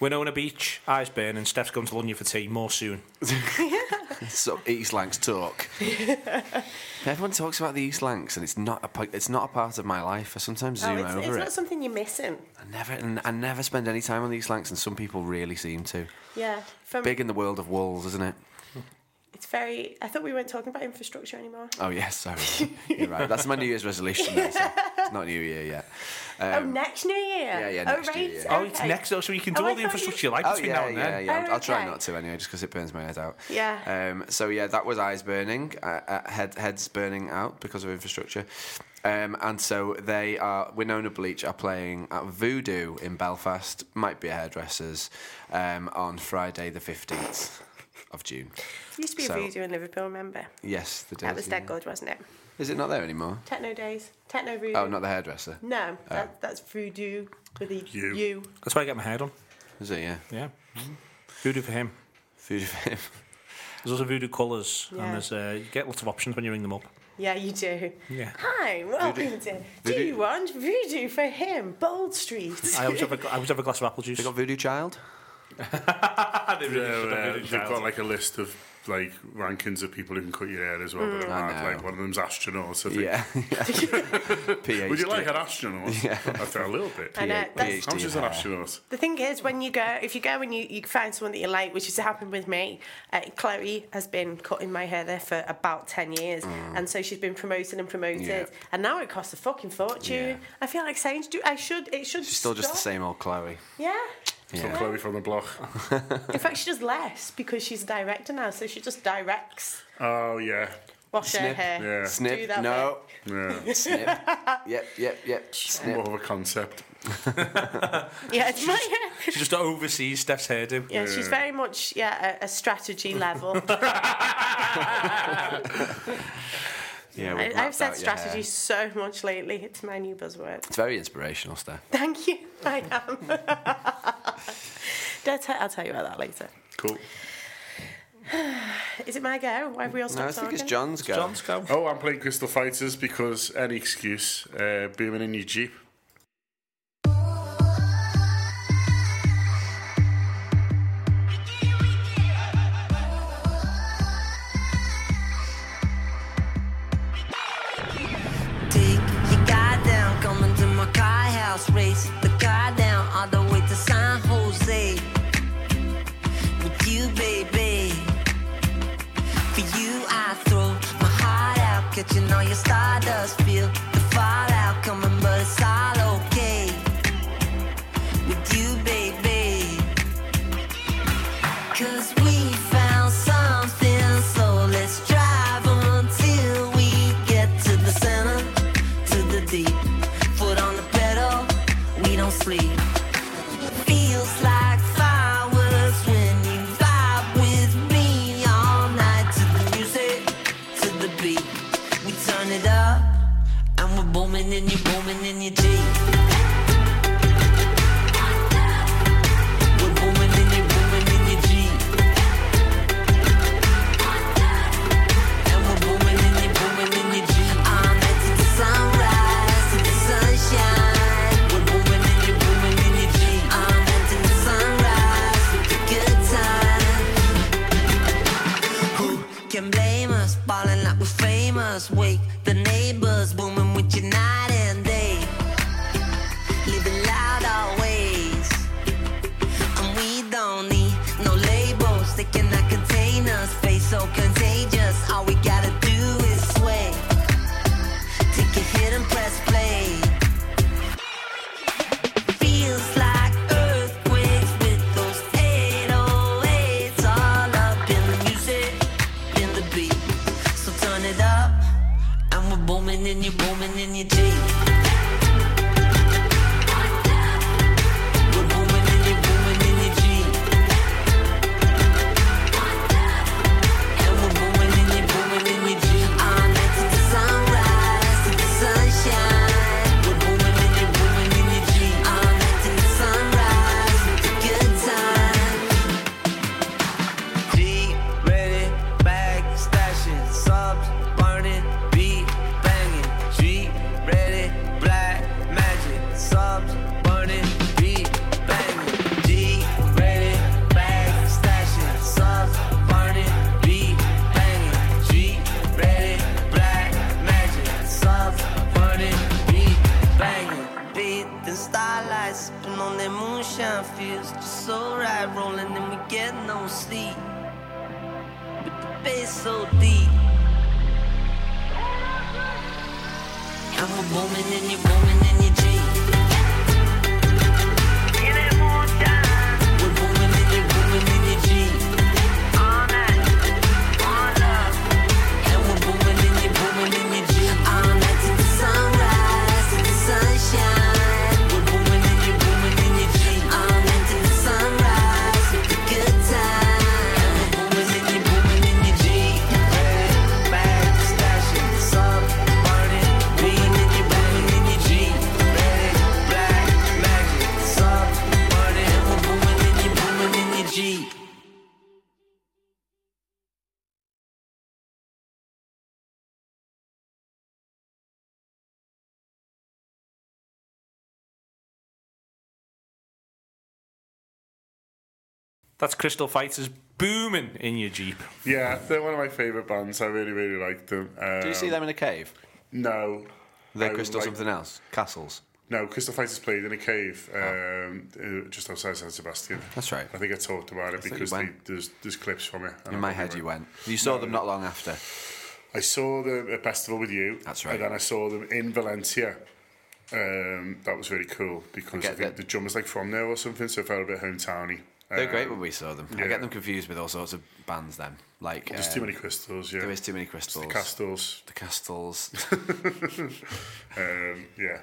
Winona Beach, eyes burning. Steph's going to London for tea. More soon.
So East Lancs talk. Everyone talks about the East Lancs, and it's not a pa- it's not a part of my life. I sometimes
Oh,
zoom
it's, it's
over
not
it.
something you're missing.
I never and I never spend any time on the East Lancs, and some people really seem to.
Yeah. From,
Big in the world of walls, isn't it?
It's very. I thought we weren't talking about infrastructure anymore.
Oh yes, sorry. You're right. That's my New Year's resolution. Though, so it's not New Year yet.
oh, next New Year.
Um, yeah, yeah, next
oh,
New
right.
Year.
Oh, it's
okay.
next though, so you can do
Oh, I
all the
thought you-
infrastructure you like
Oh
between
yeah,
now and
yeah,
then.
yeah. I'll, I'll try
Okay.
not to anyway, just because it burns my head out.
Yeah.
Um, so yeah, that was eyes burning, uh, uh, head heads burning out because of infrastructure, um, and so they are Winona Bleach are playing at Voodoo in Belfast. Might be a hairdressers um, on Friday the fifteenth of June.
Used to be
So-
a voodoo in Liverpool, remember?
Yes, the day.
That was dead good, wasn't it?
Is it not there anymore?
Techno days. Techno voodoo.
Oh, not Oh. the hairdresser.
No, that, that's voodoo with the
You.
you.
That's why I get my hair done.
Is it? Yeah,
Yeah. Mm-hmm. Voodoo for him.
Voodoo. for him.
There's also voodoo colours,
Yeah.
and there's uh, you get lots of options when you ring them up.
Yeah, you do.
Yeah.
Hi, welcome to. Do
voodoo-
you want voodoo for him? Bold Street.
I always have a, I always have a glass of apple juice.
They got Voodoo Child.
They really should have
Yeah,
voodoo
they've
child.
got like a list of like rankings of people who can cut your hair as well.
Mm.
but they're
I
mad,
know.
Like one of them's astronauts. I think.
Yeah. PhD.
Would you like an astronaut? Yeah. After a little bit.
I know. That's,
PhD
How much is an
hair.
astronaut?
The thing is, when you go, if you go and you, you find someone that you like, which has happened with me, uh, Chloe has been cutting my hair there for about 10 years. And so she's been promoted and promoted.
Mm. Yeah.
And now it costs a fuccking fortune.
Yeah.
I feel like saying to do, I should, it should
She's still just the
stop.
same old Chloe.
Yeah.
From Chloe from the block.
In fact, she does less because she's a director now. So she just directs,
Oh yeah.
wash her
Snip.
hair.
Yeah.
Do
Snip.
that
No.
Yeah.
Snip. Yep. Yep. Yep. Snip.
More of a concept.
Yeah, it's my hair.
She just oversees Steph's hairdo.
Yeah, she's very much yeah a, a strategy level.
Yeah, we've
I,
mapped
I've said
out your hair.
strategy so much lately. It's my new buzzword.
It's very inspirational stuff.
Thank you. I am. Did I tell- I'll tell you about that later.
Cool.
Is it my go? Why have we all
No,
stopped
I think it's
talking?
John's go.
John's go.
Oh, I'm playing Crystal Fighters because any excuse, uh, beaming in your Jeep.
Take your guy down, come into my car house, race the car down all the way to San Jose. With you, baby. For you, I throw my heart out, catching all your stardust. Feel the fallout coming, but it's all okay. With you, baby. Cause we found something, so let's drive until we get to the center, to the deep. Foot on the pedal, we don't sleep. Feels like fireworks when you vibe with me all night to the music, to the beat. We turn it up, and we're booming and you're booming in your Jeep. We're booming and you're booming in your Jeep. And we're booming and you're booming in your Jeep. All night to the sunrise, to the sunshine. We're booming and you're booming in your Jeep. All night to the sunrise, with a good time. Who can blame us? Ballin' like we're famous. Wake the neighbors, booming with you night and day. Living loud always. And we don't need no labels. They cannot contain us. Face so contagious. All we gotta do is sway. Take a hit and press play. Feels like earthquakes with those 808s all up in the music, in the beat. So turn it up, and we're booming and you're booming in your Jeep. We're booming and you're booming in your Jeep. And we're booming and you're booming in your Jeep. All night to the sunrise, to the sunshine. We're booming and you're booming in your Jeep. All night to the sunrise, with a good time. Jeep ready, bag stashing, subs burning, beat banging. Jeep ready, black magic, subs burning, beat banging. Jeep
is so deep. I'm a woman and you're woman and you're G. We're woman and you're woman and you're G. And we're woman and you're woman and you're G. We're woman and you're woman and you're G. And we're woman and you're woman and you're G. Bag, stashing, sub, burning, being in your woman and your G. Red, black, magic, sub, burning, and we're woman and you're woman and you're G.
That's Crystal Fighters booming in your Jeep.
Yeah, they're one of my favourite bands. I really, really like them. Um,
Do you see them in a cave?
No.
They're
I
crystal
like-
something else. Castles.
No, Crystal Fighters played in a cave um, uh, just outside San Sebastian.
That's right.
I think I talked about it
thought you
because they,
went.
there's there's clips from it.
In
and I
my
thought
head, you went. You saw them not long after.
I saw them at festival with you.
That's right.
And then I saw them in Valencia. Um, that was really cool because I,
get
think
that-
the drummer's like from there or something, so it felt a bit hometowny.
They're
Um,
great when we saw them. I
yeah.
get them confused with all sorts of bands. Then, like
There's
um,
too many crystals. Yeah.
There is too many crystals.
Castles.
The castles.
Um, yeah.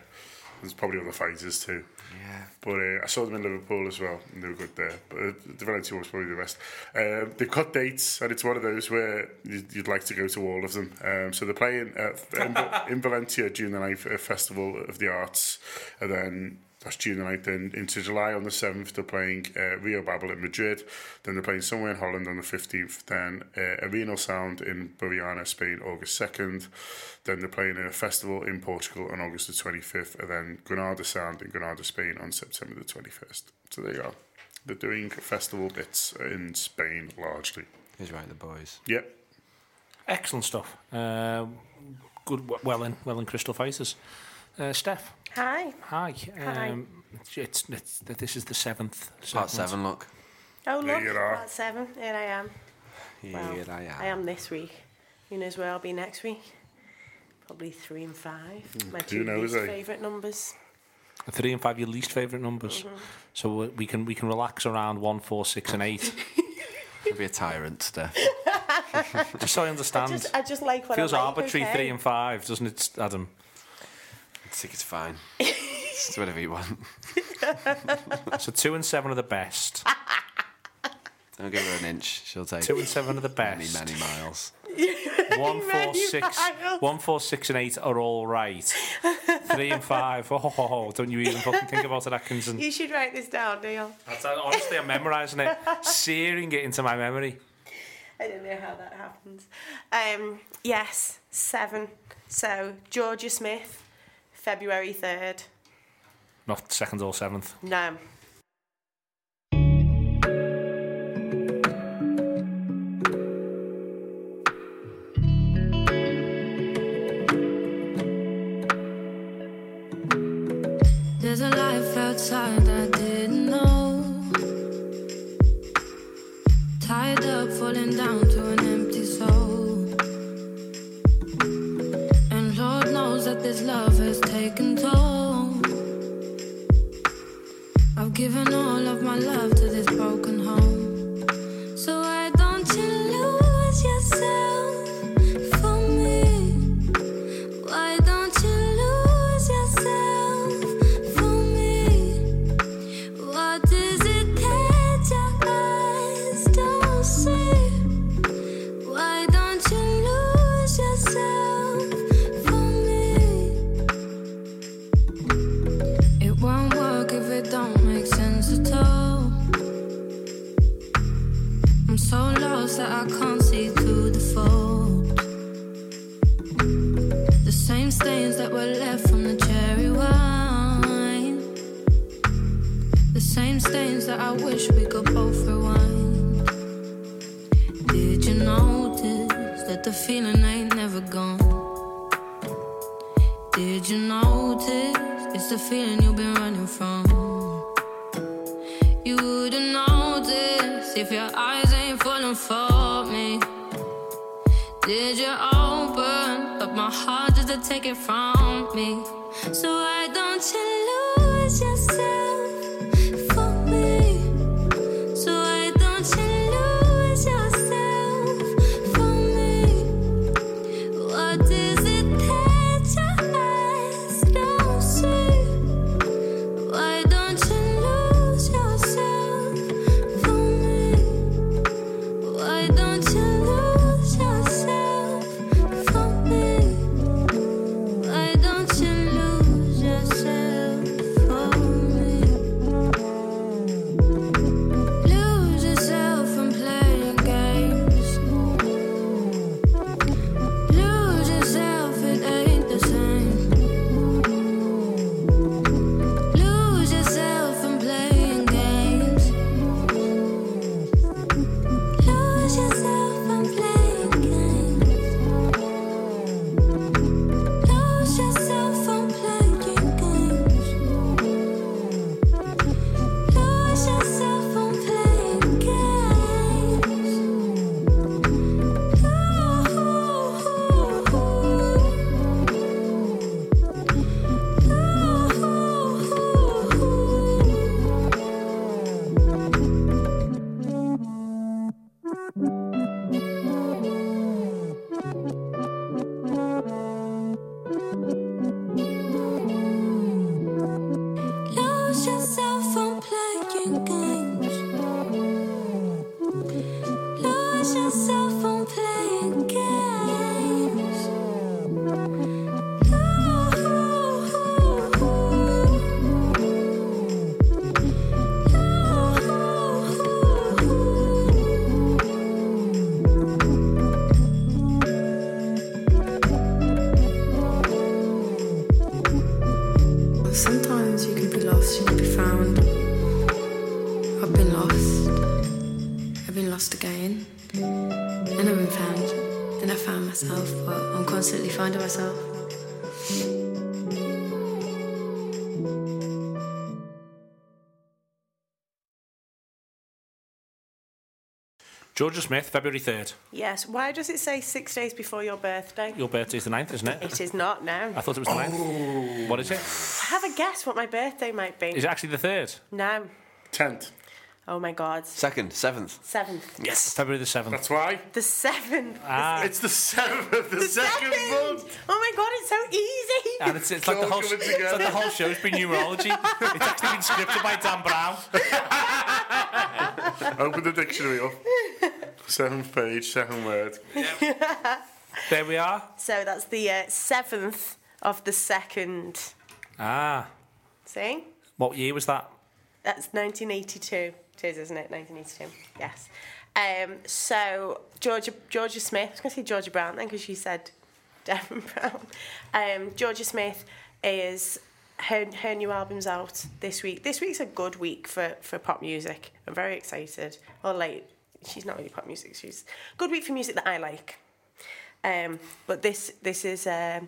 There's probably other fighters too.
yeah.
But uh, I saw them in Liverpool as well, and they were good there. But uh, the Valencia was probably the best. Um, they've got dates, and it's one of those where you'd, you'd like to go to all of them. Um, so they're playing at, in, in Valencia June the 9th at Festival of the Arts, and then that's June the 9th. Then into July on the 7th, they're playing uh, Rio Babel in Madrid. Then they're playing somewhere in Holland on the 15th. Then uh, Arenal Sound in Buriana, Spain, August 2nd. Then they're playing a festival in Portugal on August the 25th. And then Granada Sound in Granada, Spain on September the 21st. So there you go. They're doing festival bits in Spain largely.
He's right, the boys.
Yep.
Excellent stuff. Um, good, well in, well in Crystal Fighters. Uh, Steph,
Hi.
hi.
Hi.
Um, it's, it's, this is the seventh. segment.
Part seven, look.
Oh, look,
you are.
about seven. Here I am. Well,
Here I am.
I am this week. Who knows where I'll be next week? Probably three and five. My two
knows,
least
eh?
favourite numbers.
Three and five, your least favourite numbers.
Mm-hmm.
So we- we can we can relax around one, four, six, and eight.
Don't be a tyrant, Steph.
Just so I understand.
Just, I just like what
Feels
I like,
arbitrary,
okay?
three and five, doesn't it, Adam?
I think it's fine. Just whatever you want.
So two and seven are the best.
Don't give her an inch. She'll take
Two and seven are the
many,
best.
many miles.
One, four, six,
miles.
one, four, six, and eight are all right. Three and five. Oh, ho, ho, ho. don't you even fucking think about it, Atkinson.
You should write this down, Neil.
That's- uh, honestly, I'm memorising it, searing it into my memory.
I don't know how that happens. Um, yes, seven. So Georgia Smith, February third.
Not second or seventh.
No.
There's a life outside I didn't know. Tied up, falling down to an empty soul. And Lord knows that this love has taken toll. I've given all of my love to this broken home. So why don't you lose yourself for me? Why don't you lose yourself for me? What is it that your eyes don't see? Why don't you lose yourself for me? It won't work if it don't make sense at all. I'm so lost that I can't see through the fog. The same stains that were left from the cherry wine. The same stains that I wish we could both rewind. Did you notice that the feeling ain't never gone? Did you notice it's the feeling you've been running from? You wouldn't notice if your eyes ain't falling for me.
Did you open up my heart just to take it from me? So why don't you lose yourself for me? So why don't you lose yourself for me? What is it that your eyes don't see? Why don't you lose yourself for me? Why don't you lose yourself for me? Why don't you lose yourself for me? Lose yourself from playing games. Lose yourself, it ain't the same. Lose yourself from playing games. Lose yourself and play games. Lose yourself and play games. Lose yourself and play games. Lose yourself from playing games. Lose yourself from playing games.
Sometimes you can be lost, you can be found. I've been lost. I've been lost again. And I've been found. Then I found myself, but I'm constantly finding myself.
Georgia Smith, February 3rd.
Yes. Why does it say six days before your birthday?
Your birthday's the 9th, isn't it?
It is not now.
I thought it was the 9th. What is it?
Have a guess what my birthday might be.
Is it actually the 3rd?
now.
Tenth.
Oh my God.
Second, seventh.
Seventh.
Yes. February the 7th.
That's why.
The seventh.
Ah.
It's the seventh of the,
the
second
seventh.
month.
Oh my God, it's so easy.
And it's, it's, like the
It's all
whole,
coming
it's like the
together.
whole show's been numerology. it's actually been scripted by Dan Brown.
Open the dictionary up. Seventh page, second word.
There we are.
So that's the uh, seventh of the second.
Ah,
See?
what year was that?
That's 1982. It is, isn't it? 1982. Yes. Um, so Georgia Georgia Smith. I was going to say Georgia Brown then because she said Devon Brown. Um, Georgia Smith is her her new album's out this week. This week's a good week for for pop music. I'm very excited. Or late. She's not really pop music. She's good week for music that I like. Um, but this this is um,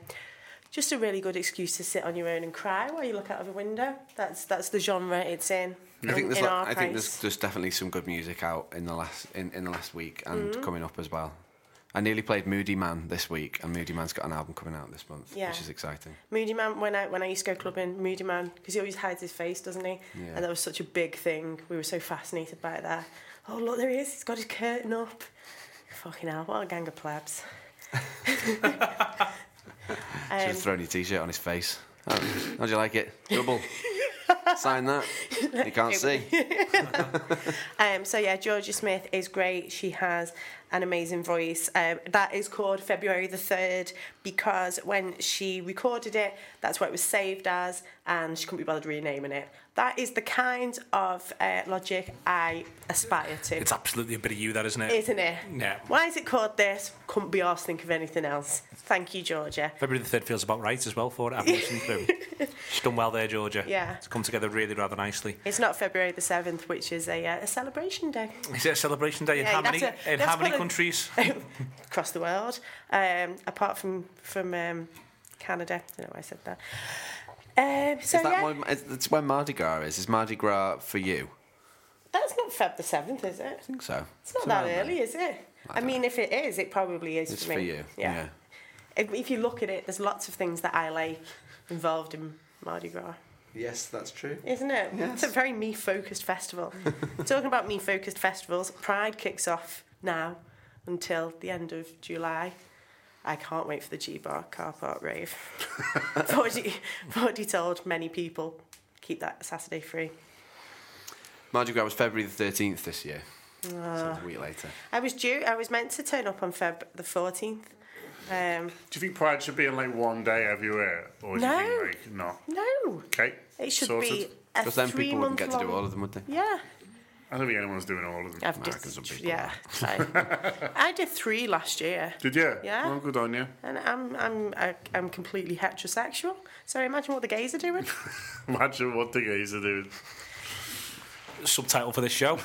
just a really good excuse to sit on your own and cry while you look out of a window. That's that's the genre it's in.
I think there's
in
like-
our
I think there's,
place.
there's definitely some good music out in the last in, in the last week and
Mm-hmm.
coming up as well. I nearly played Moody Man this week, and Moody Man's got an album coming out this month,
Yeah.
which is exciting.
Moody Man when I when I used to go clubbing, Moody Man because he always hides his face, doesn't he? And that was such a big thing. We were so fascinated by that. Oh look, there he is. He's got his curtain up. Fucking hell! What a gang of plebs. Um,
Should have thrown your t-shirt on his face. Oh, how'd you like it? Double. Sign that. You can't see.
Um, so yeah, Georgia Smith is great. She has an amazing voice. Um, that is called February the third because when she recorded it, that's what it was saved as, and she couldn't be bothered renaming it. That is the kind of uh, logic I aspire to,
It's absolutely a bit of you, that, isn't it?
isn't it?
Yeah.
Why is it called this? Couldn't be asked think of anything else. Thank you, Georgia.
February the 3rd feels about right as well for it. I've listened through. She's done well there, Georgia.
Yeah.
It's come together really rather nicely.
It's not February the seventh, which is a, uh, a celebration day.
Is it a celebration day in
Yeah,
how
that's
many,
a-
in
that's
how many
quite a-
countries?
across the world, um, apart from from um, Canada. I don't know why I said that. Um, so
Is that
yeah,
why- is- that's where Mardi Gras is. Is Mardi Gras for you?
that's not Feb the seventh, is it?
I think so.
It's not
around
that
there.
early, is it? I mean, if it is, it probably is
It's
for me.
for you. Yeah.
If, if you look at it, there's lots of things that I like involved in Mardi Gras,
Yes, that's true.
isn't it? It's a very me focused festival. Talking about me focused festivals, Pride kicks off now until the end of July. I can't wait for the G Bar car park rave. Forty, forty told many people keep that Saturday free.
Mardi Gras was February the 13th this year. so
Ah.
it's a week later.
I was due. I was meant to turn up on Feb the fourteenth. Um,
Do you think Pride should be in like one day everywhere, or do
No.
you think like not?
no,
Okay,
it should
sorted.
be a
Because then
three
people wouldn't
month
get to do all of them, would they?
Yeah,
I don't think anyone's doing all of them.
I've
Nah, 'cause some
just
people
yeah. I, I did three last year,
Did you?
Yeah.
Well, good on you.
and I'm I'm I, I'm completely heterosexual. So imagine what the gays are doing.
Imagine what the gays are doing.
Subtitle for this show.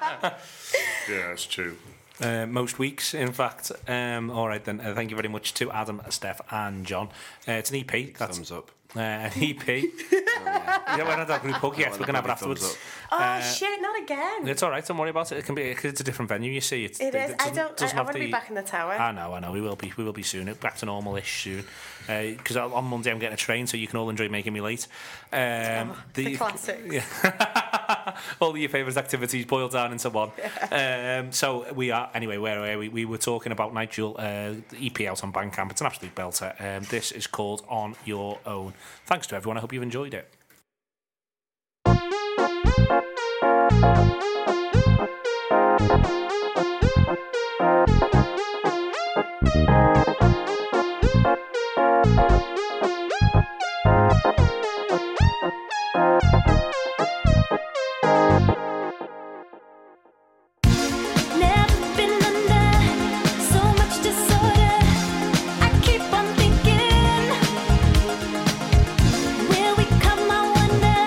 Yeah, that's true.
uh, most weeks, in fact. Um, all right, then. Uh, thank you very much to Adam, Steph, and John. Uh, it's an EP. That's,
Thumbs up.
Uh, an EP. yeah, we're not having a group hug yet. We're going to have it
Thumbs
afterwards.
up.
Oh
Uh,
shit! Not again.
It's all right. Don't worry about it. It can be. 'cause It's a different venue. You see, it's,
It is. I
doesn't-
don't. I,
doesn't
I
have
want to be
the- Ah,
back in the tower.
I know, I know. We will be, we will be soon. Back to normal-ish soon. Because on Monday I'm getting a train, so you can all enjoy making me late. Um,
Oh, the classics.
Yeah. all of your favourite activities boiled down into one. um, so we are anyway. Where are we? We were talking about Nigel uh, the EP out on Bandcamp. It's an absolute belter. Um, this is called On Your Own. Thanks to everyone. I hope you've enjoyed it.
Never been under so much disorder. I keep on thinking, will we come? I wonder.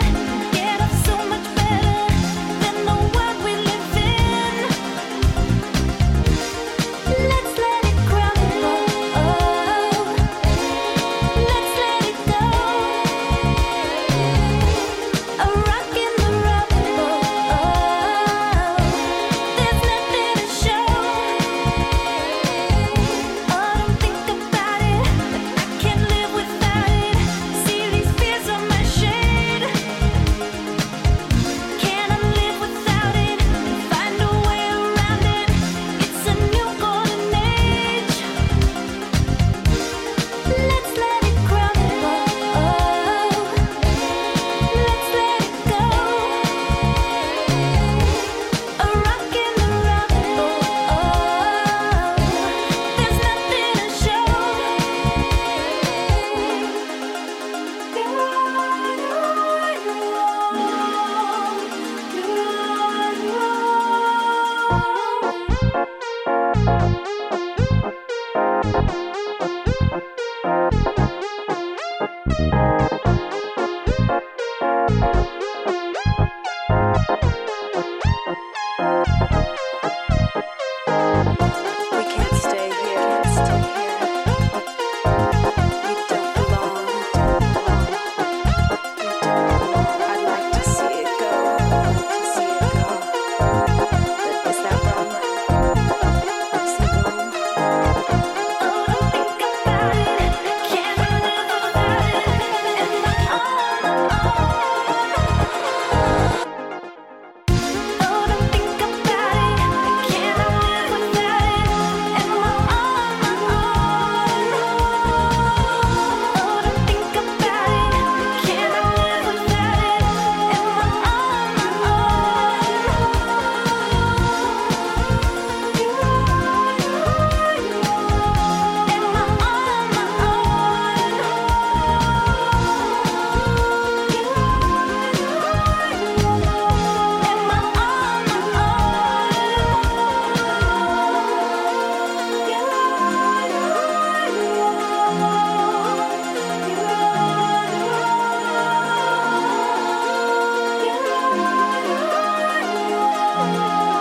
Get up so much better than the world we live in. Let's let it crumble. Oh. Let's let it go. A rock in the rubble. There's nothing to show. Oh, don't think about it. I can't live without it. See these fears on my shade. Can I live without it? Find a way around it. It's a new golden age. Let's let it crumble. Let's let it go. A rock in the rubble. There's nothing to show. You're wrong. You're wrong.
We can't stay here. Stay here. We don't belong. We don't belong. I'd like to see it go. To see it go. But is that wrong? Is it wrong?
Oh, don't think about it. Can't live without it. Am I on? Oh, don't think about it. Can't live without it. Am I on? Oh, don't think about it. Can't live without it. Am I on? You're on your own. Am I on my own? You're on your own. Am I on my own?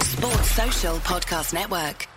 Sports Social Podcast Network.